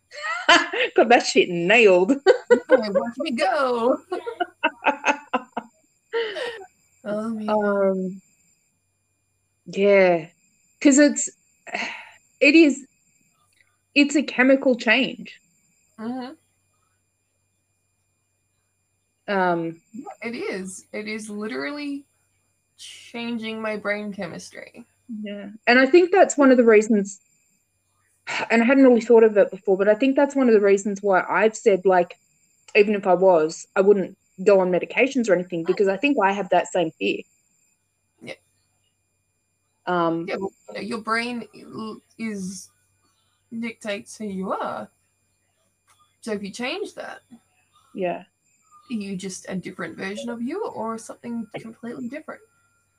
Got that shit nailed.
Okay, watch me go oh, man.
Um, yeah, because it's it is it's a chemical change.
Mhm.
Um,
Yeah, it is it is literally changing my brain chemistry
yeah, and I think that's one of the reasons. And I hadn't really thought of it before, but I think that's one of the reasons why I've said like, even if I was, I wouldn't go on medications or anything because I think I have that same fear.
Yeah.
Um,
Yeah, well, you know, your brain l- is dictates who you are. So if you change that,
yeah.
are you just a different version of you or something completely different?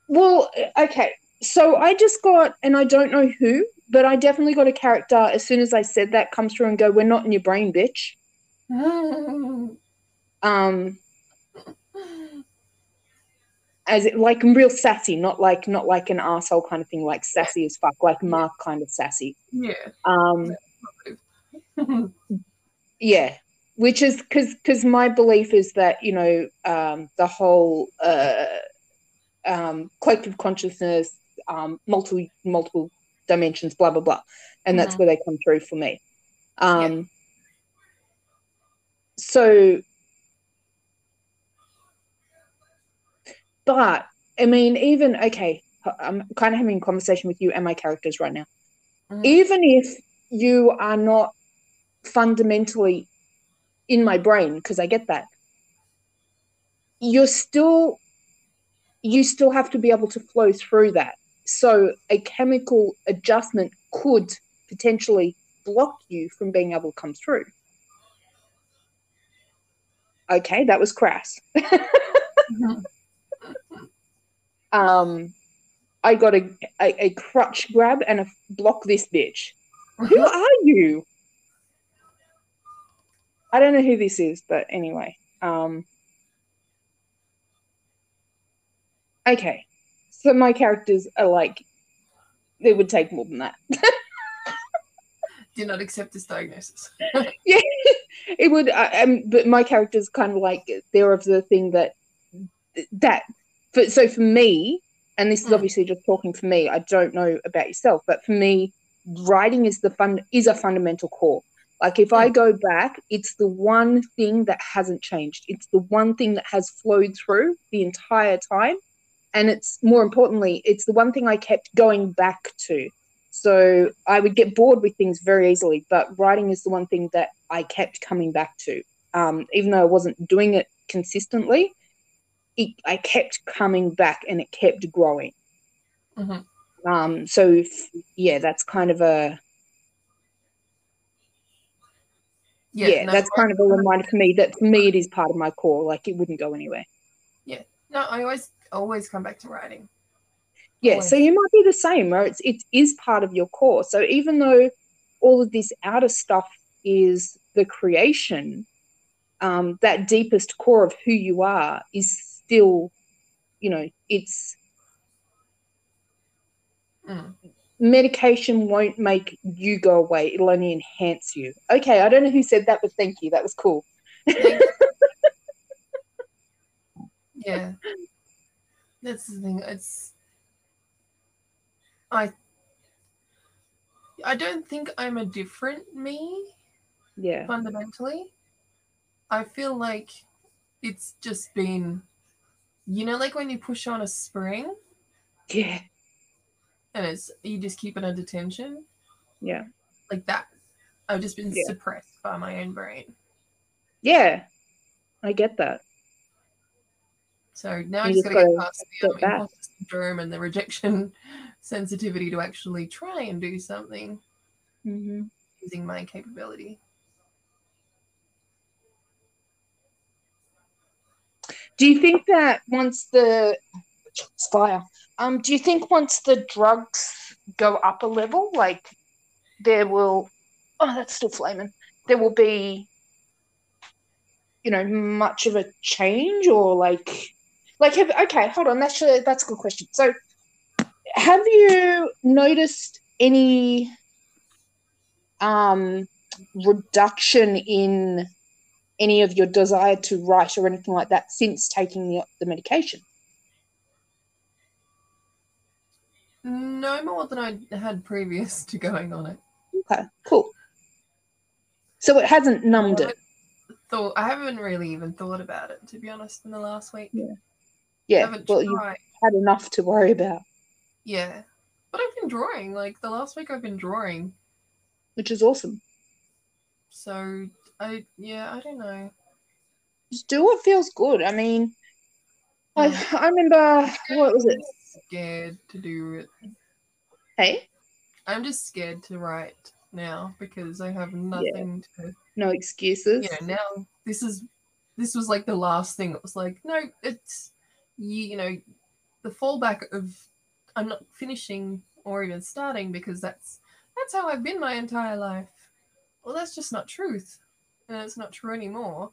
Well, uh, okay. So I just got, and I don't know who, but I definitely got a character as soon as I said that comes through and go, "We're not in your brain, bitch." Um, as it, like real sassy, not like not like an asshole kind of thing, like sassy as fuck, like Mark kind of sassy.
yeah.
Um, yeah, which is because because my belief is that you know um, the whole uh, um, collective consciousness, um, multiple multiple dimensions, blah blah blah, and that's where they come through for me. Um, So, but I mean, even okay, I'm kind of having a conversation with you and my characters right now.
Mhm.
Even if you are not fundamentally in my brain because I get that. You're still you still have to be able to flow through that. So a chemical adjustment could potentially block you from being able to come through. Okay, that was crass. Um I got a, a, a crutch grab and a f- block this bitch. Who are you? I don't know who this is, but anyway. Um, okay. So my characters are like, they would take more than that.
do not accept this diagnosis.
yeah, it would. I, um, but my character's kind of like they're of the thing that that. But so for me, and this is
Mm.
obviously just talking for me. I don't know about yourself, but for me, writing is the fun is a fundamental core. Like if I go back, it's the one thing that hasn't changed. It's the one thing that has flowed through the entire time, and it's more importantly, it's the one thing I kept going back to. So I would get bored with things very easily, but writing is the one thing that I kept coming back to. Um, even though I wasn't doing it consistently, it, I kept coming back and it kept growing.
Mhm.
Um, so if, yeah, that's kind of a yeah,
no,
that's kind of a reminder for me that for me it is part of my core. Like it wouldn't go anywhere.
no. I always always come back to writing.
Yeah, so you might be the same, or it's it is part of your core. So even though all of this outer stuff is the creation, um, that deepest core of who you are is still, you know, it's
Mm.
medication won't make you go away. It'll only enhance you. Okay, I don't know who said that, but thank you. That was cool.
Yeah, that's the thing. It's I. I don't think I'm a different me.
Yeah,
fundamentally i feel like it's just been you know like when you push on a spring
yeah,
and it's you just keep it under tension
Yeah.
like that i've just been
Yeah.
suppressed by my own brain
yeah. I get that.
so now i
You
just
just
gotta get
gotta
past the um,
step back.
imposter syndrome and the rejection sensitivity to actually try and do something
hmm
using my capability
Do you think that once the it's fire, um, do you think once the drugs go up a level, like there will, oh, that's still flaming. There will be, you know, much of a change, or like, like have okay, hold on, that's a, that's a good question. So, have you noticed any um reduction in any of your desire to write or anything like that since taking the, the medication.
no more than i had previous to going on it
Okay, cool. So it hasn't numbed it.
thought I haven't really even thought about it to be honest in the last week.
Yeah.
I
Yeah,
haven't
well, you've
tried.
had enough to worry about,
Yeah. But I've been drawing. Like the last week I've been drawing.
which is awesome.
So I yeah, I don't know.
Just do what feels good. I mean, I,
Yeah.
I remember, what was it?
I'm Scared to do it.
Hey,
I'm just scared to write now because I have nothing to
no excuses.
you know, now this is this was like the last thing. It was like, no, it's you, you know, the fallback of I'm not finishing or even starting because that's that's how I've been my entire life. Well, that's just not truth, and it's not true anymore.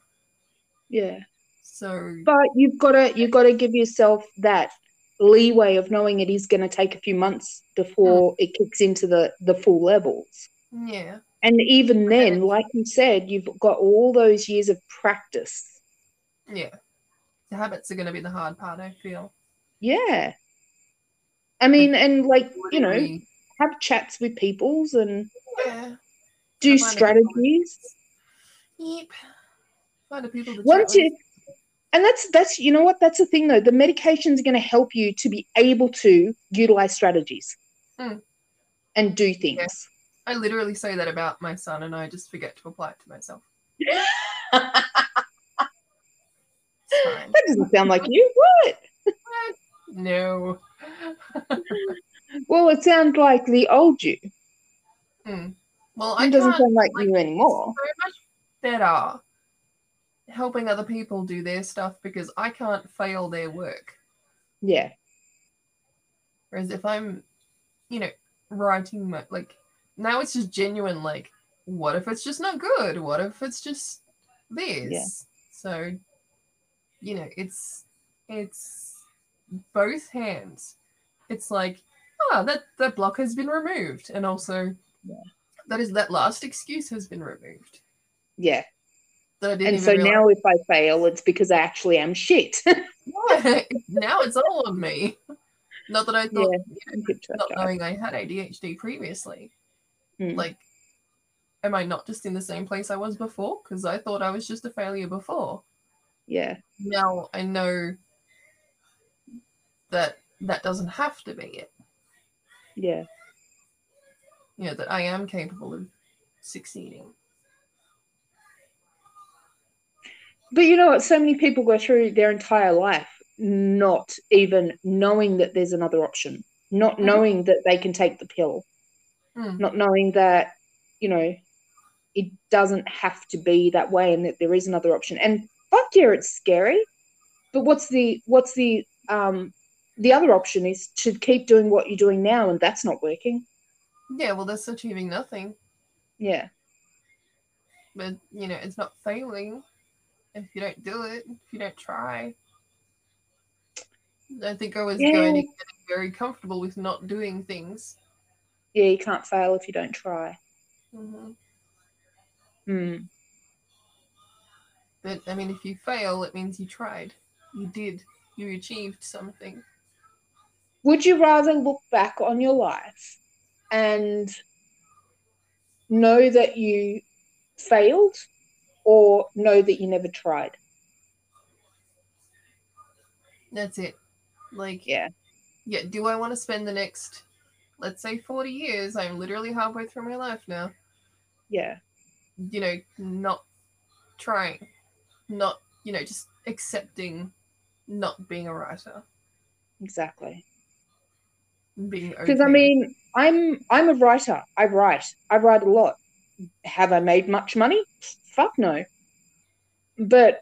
Yeah.
So
But you've got to you've got to give yourself that leeway of knowing it is going to take a few months before it kicks into the the full levels.
yeah,
And even then, like you said, you've got all those years of practice.
yeah, the habits are going to be the hard part. I feel.
Yeah. I mean, and like, you know,
Literally,
have chats with peoples and
yeah,
do
I find it-
strategies.
yep. Find the people to
Once
chat with.
you and that's that's you know what, that's the thing though. The medication's gonna help you to be able to utilize strategies
Mm.
and do things.
I literally say that about my son, and I just forget to apply it to myself. It's fine.
That doesn't sound like you. What?
No.
Well, it sounds like the old you. It
Hmm. Well, I
doesn't
can't
sound like
like-
you anymore.
so much better helping other people do their stuff because I can't fail their work.
Yeah.
Whereas if I'm, you know, writing my like now it's just genuine. Like, what if it's just not good? What if it's just this? So, you know, it's it's both hands. It's like, ah, that that block has been removed, and also, that is that last excuse has been removed.
Yeah.
That I didn't
And so
even
now if I fail, it's because I actually am shit. Yeah,
realize. now it's all on me. Not that I thought
I'm good to
not
that.
knowing I had ADHD previously.
Mm.
Like, am I not just in the same place I was before? Because I thought I was just a failure before.
Yeah.
Now I know that that doesn't have to be it.
Yeah.
You know, that I am capable of succeeding.
But you know what? So many people go through their entire life not even knowing that there's another option, not knowing that they can take the pill,
Mm-hmm. Mm.
not knowing that, you know, it doesn't have to be that way and that there is another option. And fuck yeah, it's scary. But what's the what's the um the other option is to keep doing what you're doing now and that's not working.
Yeah, well, that's achieving nothing.
Yeah.
but you know it's not failing if you don't do it if you don't try i think i was
Yeah.
going to get very comfortable with not doing things
Yeah, you can't fail if you don't try.
Mm-hmm.
Hmm.
but i mean if you fail it means you tried you did you achieved something
would you rather look back on your life and know that you failed or know that you never tried
that's it like
Yeah.
yeah do i want to spend the next let's say 40 years i'm literally halfway through my life now
yeah
you know, not trying, not, you know, just accepting not being a writer,
exactly
being okay.
because i mean i'm i'm a writer i write i write a lot have i made much money fuck no but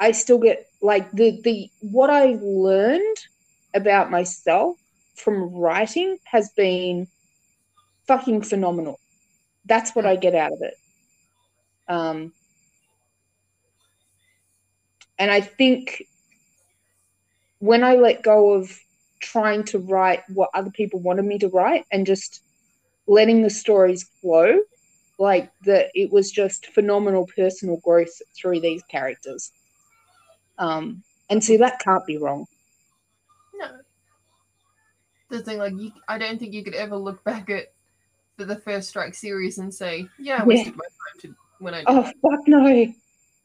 i still get like the the what i learned about myself from writing has been fucking phenomenal that's what i get out of it um and i think when i let go of trying to write what other people wanted me to write and just letting the stories flow like that it was just phenomenal personal growth through these characters um and see that can't be wrong
no. The thing, like, you, I don't think you could ever look back at the, the First Strike series and say, yeah, I
Yeah.
wasted my time to when I did.
oh fuck no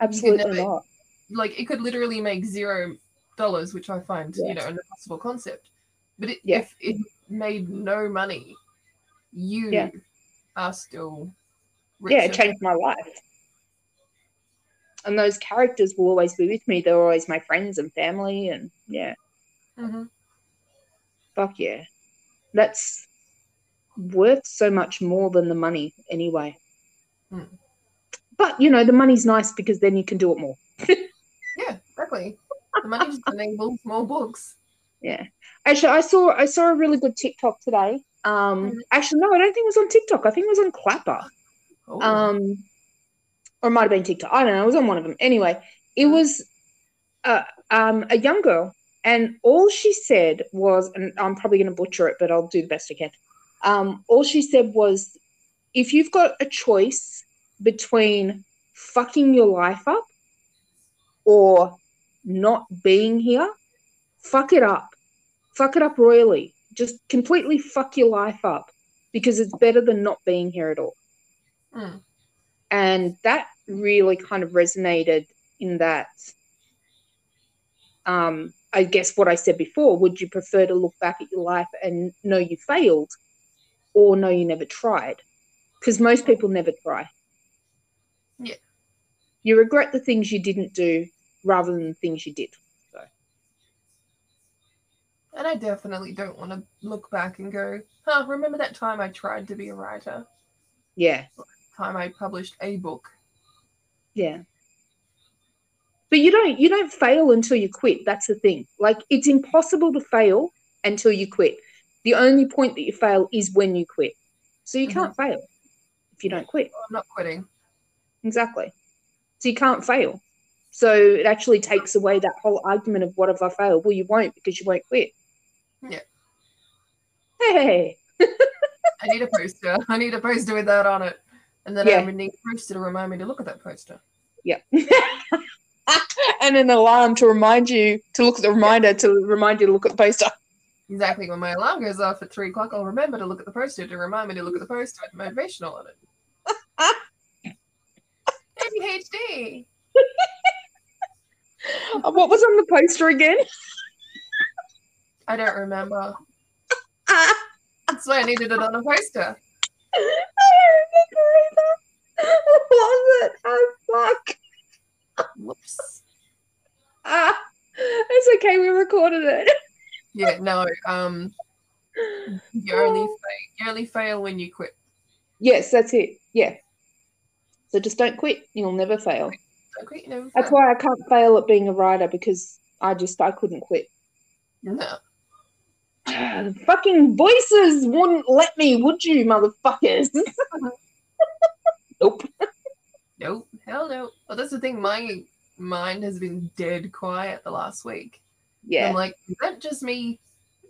absolutely
never-
not
Like, it could literally make zero dollars, which I find,
Yeah.
you know, an impossible concept. But it,
Yeah.
if it made no money, you
Yeah.
are still
yeah it
richer.
changed my life and those characters will always be with me they're always my friends and family and yeah
Mhm.
fuck yeah that's worth so much more than the money anyway
Mm.
but you know the money's nice because then you can do it more
Yeah, exactly. The money just enables more books.
yeah actually i saw i saw a really good tiktok today um
Mhm.
actually no i don't think it was on tiktok i think it was on clapper
Oh,
um or it might have been TikTok. I don't know. It was on one of them. Anyway, it was uh, um, a young girl, and all she said was, and I'm probably going to butcher it, but I'll do the best I can. Um, all she said was, if you've got a choice between fucking your life up or not being here, fuck it up. Fuck it up royally. Just completely fuck your life up because it's better than not being here at all
mm,
and that really kind of resonated in that um i guess what i said before would you prefer to look back at your life and know you failed or know you never tried because most people never try
Yeah.
you regret the things you didn't do rather than the things you did
and I definitely don't want to look back and go, huh, remember that time I tried to be a writer?
yeah
Time I published a book.
yeah but you don't you don't fail until you quit that's the thing like it's impossible to fail until you quit the only point that you fail is when you quit so you
Mhm.
can't fail if you don't quit
I'm not quitting.
exactly so you can't fail so it actually takes away that whole argument of what if i fail well you won't because you won't quit
Yeah.
hey
I need a poster. I need a poster with that on it. And then
Yeah.
I would need a poster to remind me to look at that poster.
and an alarm to remind you to look at the reminder to remind you to look at the poster.
Exactly. When my alarm goes off at three o'clock, I'll remember to look at the poster to remind me to look at the poster with the motivational on it. ADHD.
Uh, What was on the poster again?
I don't remember.
Ah,
That's why I needed it on a poster.
I don't remember either. What was it? Oh fuck!
Whoops.
Ah, it's okay. We recorded it.
Yeah, no. Um, you only fail. You only fail when you quit.
Yes, that's it. Yeah. So just don't quit. You'll never fail.
Don't quit. You never fail.
That's why I can't fail at being a writer because I just I couldn't quit.
No.
The fucking voices wouldn't let me, would you, motherfuckers? nope.
Nope. Hell no. Well, that's the thing. My mind has been dead quiet the last week.
Yeah.
I'm like, is that just me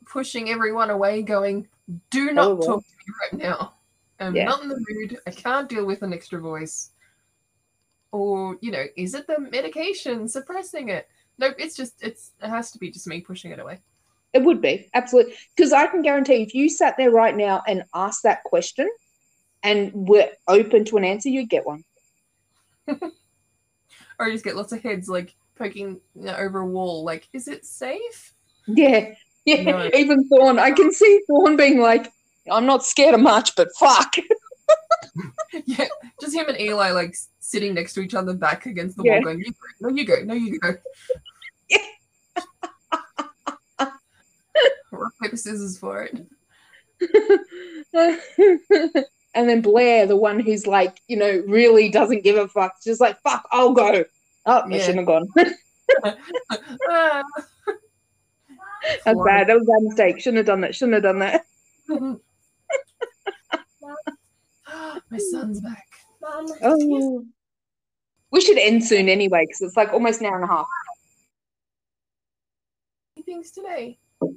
pushing everyone away, going, do not
Probably.
talk to me right now. I'm
Yeah.
not in the mood. I can't deal with an extra voice. Or, you know, is it the medication suppressing it? Nope, it's just, it's it has to be just me pushing it away.
It would be absolutely because I can guarantee if you sat there right now and asked that question, and were open to an answer, you'd get one.
Or you just get lots of heads like poking you know, over a wall, like, is it safe?
Yeah, yeah.
No.
Even Thorn, I can see Thorn being like, "I'm not scared of much, but fuck."
yeah, just him and Eli like s- sitting next to each other, back against the
Yeah.
wall, going, you go, no, you go, no, you go. Rock, paper, scissors for it.
and then Blair, the one who's like, you know, really doesn't give a fuck, just like, "Fuck, I'll go." Oh, I
Yeah.
shouldn't have gone.
Ah.
That's bad. That was a bad mistake. Shouldn't have done that. Shouldn't have done that.
My son's back.
Mom,
Oh. We should end soon anyway, because it's like almost an hour and a half.
He thinks today. So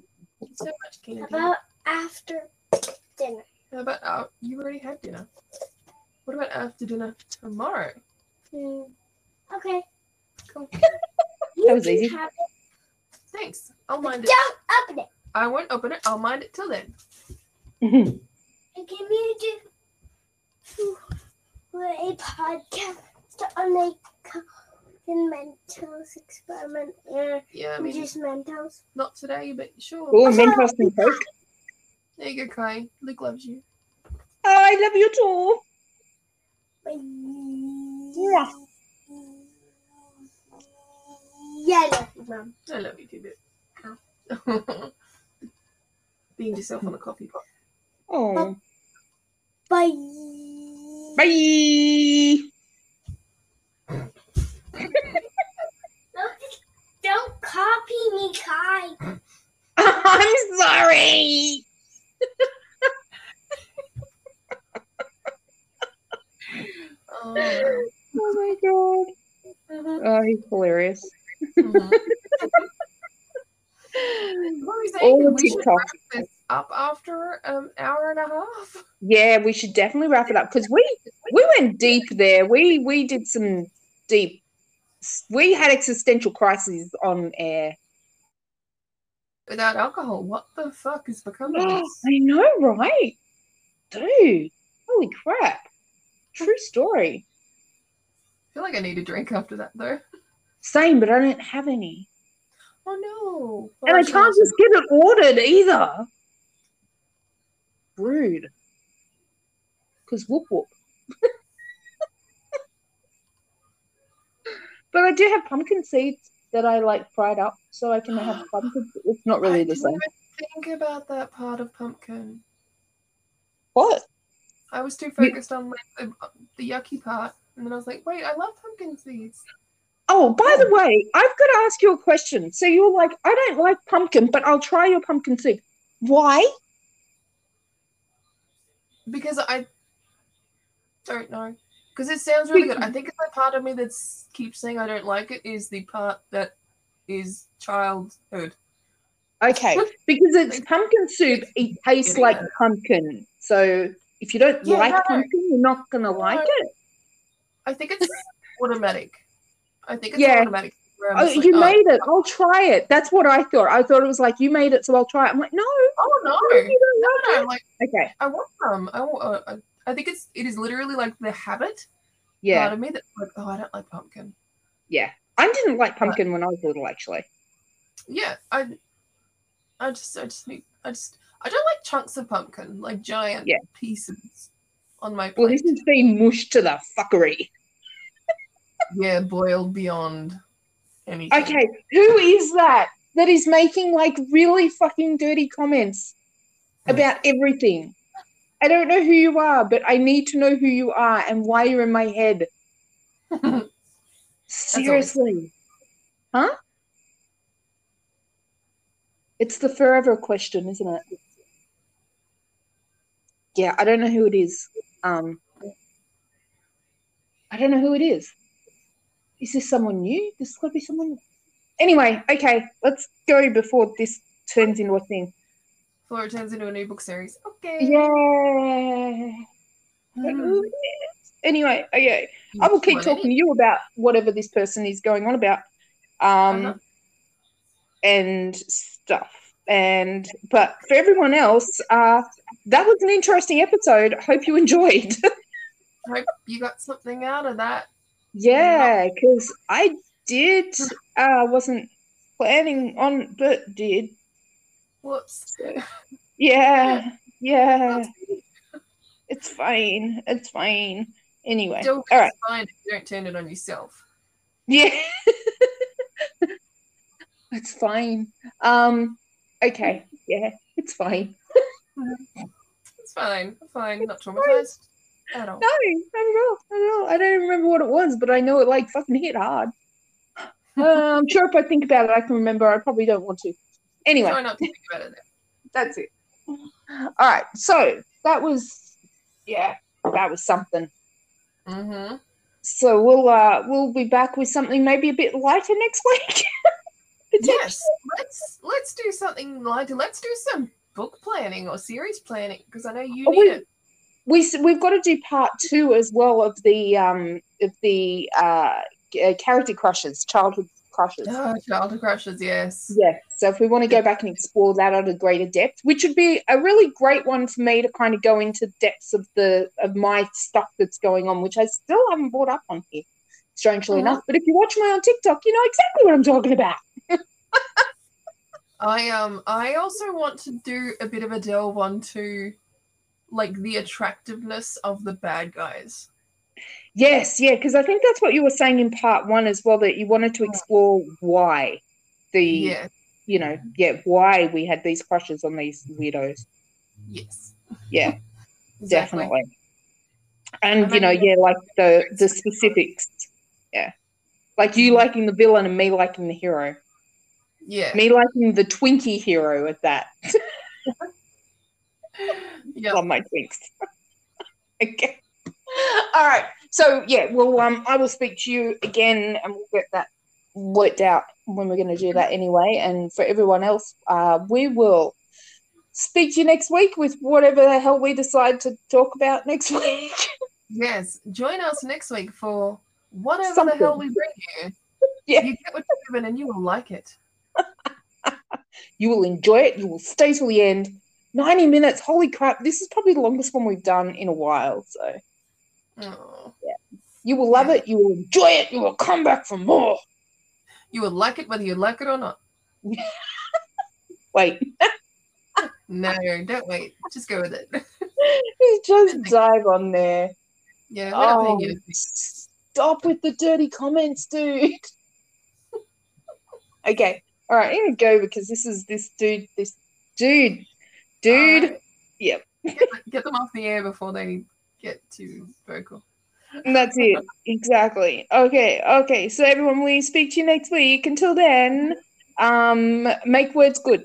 much candy.
about after dinner.
How about oh, you already had dinner? What about after dinner tomorrow?
Hmm. Okay.
Cool.
You
That was
can
easy.
Have
Thanks. I'll
it.
mind it.
Don't open it.
I won't open it. I'll mind it till then.
And can you do a podcast on like in Mentos experiment? Yeah,
Yeah, I mean,
just Mentos.
not today, but sure.
Oh,
Also-
Mentos and Coke.
There you go, Kai. Luke loves you.
Oh, I love you too.
Yeah. Yeah, I love you, Mom.
I love you too, bit. Being yourself on the coffee pot.
Oh.
Bye.
Bye.
Don't, don't copy me, Kai.
I'm sorry.
Oh,
Oh my god. Oh, he's hilarious.
mhm. What were we saying?
All
we should
TikTok.
wrap this up after an um, hour and a half.
Yeah, we should definitely wrap it up because we we went deep there. We we did some deep. We had existential crises on air.
Without alcohol, what the fuck is becoming
I
us?
know, right? Dude, holy crap! True story.
I feel like I need a drink after that, though.
Same, but I don't have any,
Oh no!
and I
Well,
can't just get it ordered either. Rude. Because whoop whoop. but I do have pumpkin seeds that I like fried up, so I can have pumpkin. It's not really
I
the
didn't
same.
even Think about that part of pumpkin.
What?
I was too focused on like the, the yucky part, and then I was like, "Wait, I love pumpkin seeds."
Oh, by the way, I've got to ask you a question. So you're like, I don't like pumpkin, but I'll try your pumpkin soup. Why?
because I don't know. Because it sounds really good. I think the part of me that keeps saying I don't like it is the part that is childhood.
Okay, because it's pumpkin soup. It tastes
Yeah.
like pumpkin. So if you don't
Yeah,
like
no, no.
something, you're not gonna like it.
I think it's automatic. I think it's
Yeah.
automatic. where I'm
Oh,
just like,
you made it. I'll try it. That's what I thought. I thought it was like you made it, so I'll try it. I'm like, no,
Oh
you
no!
don't
No,
like
no, like
it. Okay.
I want some. I, wa- uh, uh, I think it's it is literally like the habit
Yeah.
part of me that's like, oh, I don't like pumpkin.
Yeah. I didn't like pumpkin when I was little, actually.
Yeah, I, I just, I just need, I just, I don't like chunks of pumpkin, like giant
Yeah.
pieces on my
Well,
plate.
this has been mushed to the fuckery.
yeah, boiled beyond anything.
Okay, who is that that is making like really fucking dirty comments about everything? I don't know who you are, but I need to know who you are and why you're in my head. Seriously. Huh? It's the forever question, isn't it? Yeah, I don't know who it is. Um I don't know who it is. Is this someone new? This could be someone Anyway, okay, let's go before this turns into a thing.
Before it turns into a new book series. Okay.
Yeah.
Hmm.
Anyway, okay. I will keep
Well,
talking to you about whatever this person is going on about, um,
Uh-huh.
and stuff. And but for everyone else, uh, that was an interesting episode. Hope you enjoyed.
I hope you got something out of that.
yeah, because I did. Uh, wasn't planning on, but did.
Whoops.
Uh, Yeah, yeah. It's fine. It's fine. Anyway,
Don't
all right.
find it. Don't turn it on yourself.
Yeah. it's fine. Um okay, yeah, it's fine.
It's fine. I'm fine. Not traumatized at all.
No, not at all. Not at all. I don't even remember what it was, but I know it like fucking hit hard. Uh, I'm sure if I think about it I can remember. I probably don't want to. Anyway,
Try not to think about it.
that's it. All right. So that was yeah, that was something.
Mm-hmm.
So we'll uh we'll be back with something maybe a bit lighter next week.
Yes. Let's let's do something lighter. Let's do some book planning or series planning because I know you
Oh,
need
we-
it.
we s- we've got to do part two as well of the um of the uh, g- uh character crushes, childhood crushes.
Oh, childhood crushes. Yes.
Yeah. So if we want to go back and explore that at a greater depth, which would be a really great one for me to kind of go into depths of the of my stuff that's going on, which I still haven't brought up on here, strangely
Mhm.
enough. But if you watch me on TikTok, you know exactly what I'm talking about.
I um I also want to do a bit of a delve onto like the attractiveness of the bad guys.
Yes, yeah, because I think that's what you were saying in part one as well that you wanted to explore why the
Yeah.
you know, yeah, why we had these crushes on these weirdos.
Yes.
Yeah,
Exactly.
definitely. And
And
you know,
I-
yeah, like the the specifics. Yeah, like you liking the villain and me liking the hero.
Yeah.
Me liking the Twinkie hero at that.
Yeah.
Love my Twinks. okay. All right. So yeah, well, um, I will speak to you again, and we'll get that worked out when we're going to do that anyway. And for everyone else, uh, we will speak to you next week with whatever the hell we decide to talk about next week.
Yes. Join us next week for whatever
Something.
the hell we bring you.
Yeah.
You get what you're given and you will like it.
You will enjoy it. You will stay till the end. 90 minutes. Holy crap. This is probably the longest one we've done in a while. So
Oh.
you will love it. You will enjoy it. You will come back for more.
You will like it whether you like it or not.
Wait,
No, don't wait. Just go with it.
just dive on there.
Yeah, we're not paying
Oh,
you to think.
stop with the dirty comments, dude. okay. All right. I'm going to go because this is this dude, this dude, dude.
Alright.
Yep.
Get, get them off the air before they get too vocal.
And that's it. Exactly. Okay. Okay. So everyone, we speak to you next week. Until then, um, make words good.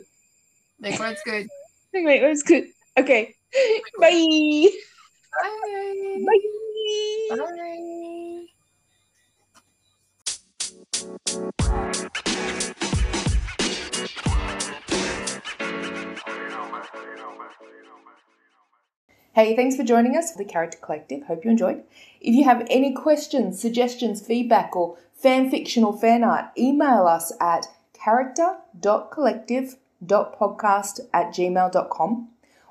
Make words good.
Make words good. Okay. Bye.
Bye.
Bye.
Bye.
Hey, thanks for joining us for the Character Collective. Hope you enjoyed. If you have any questions, suggestions, feedback, or fan fiction or fan art, email us at character.collective.podcast at gmail.com.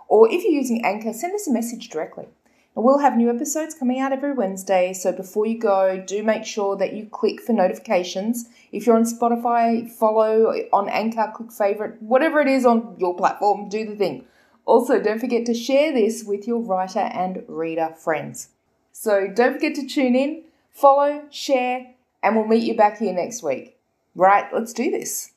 Or if you're using Anchor, send us a message directly. And we'll have new episodes coming out every Wednesday, so before you go, do make sure that you click for notifications. If you're on Spotify, follow on Anchor, click favorite, whatever it is on your platform, do the thing. Also, don't forget to share this with your writer and reader friends. So, don't forget to tune in, follow, share, and we'll meet you back here next week. Right, let's do this.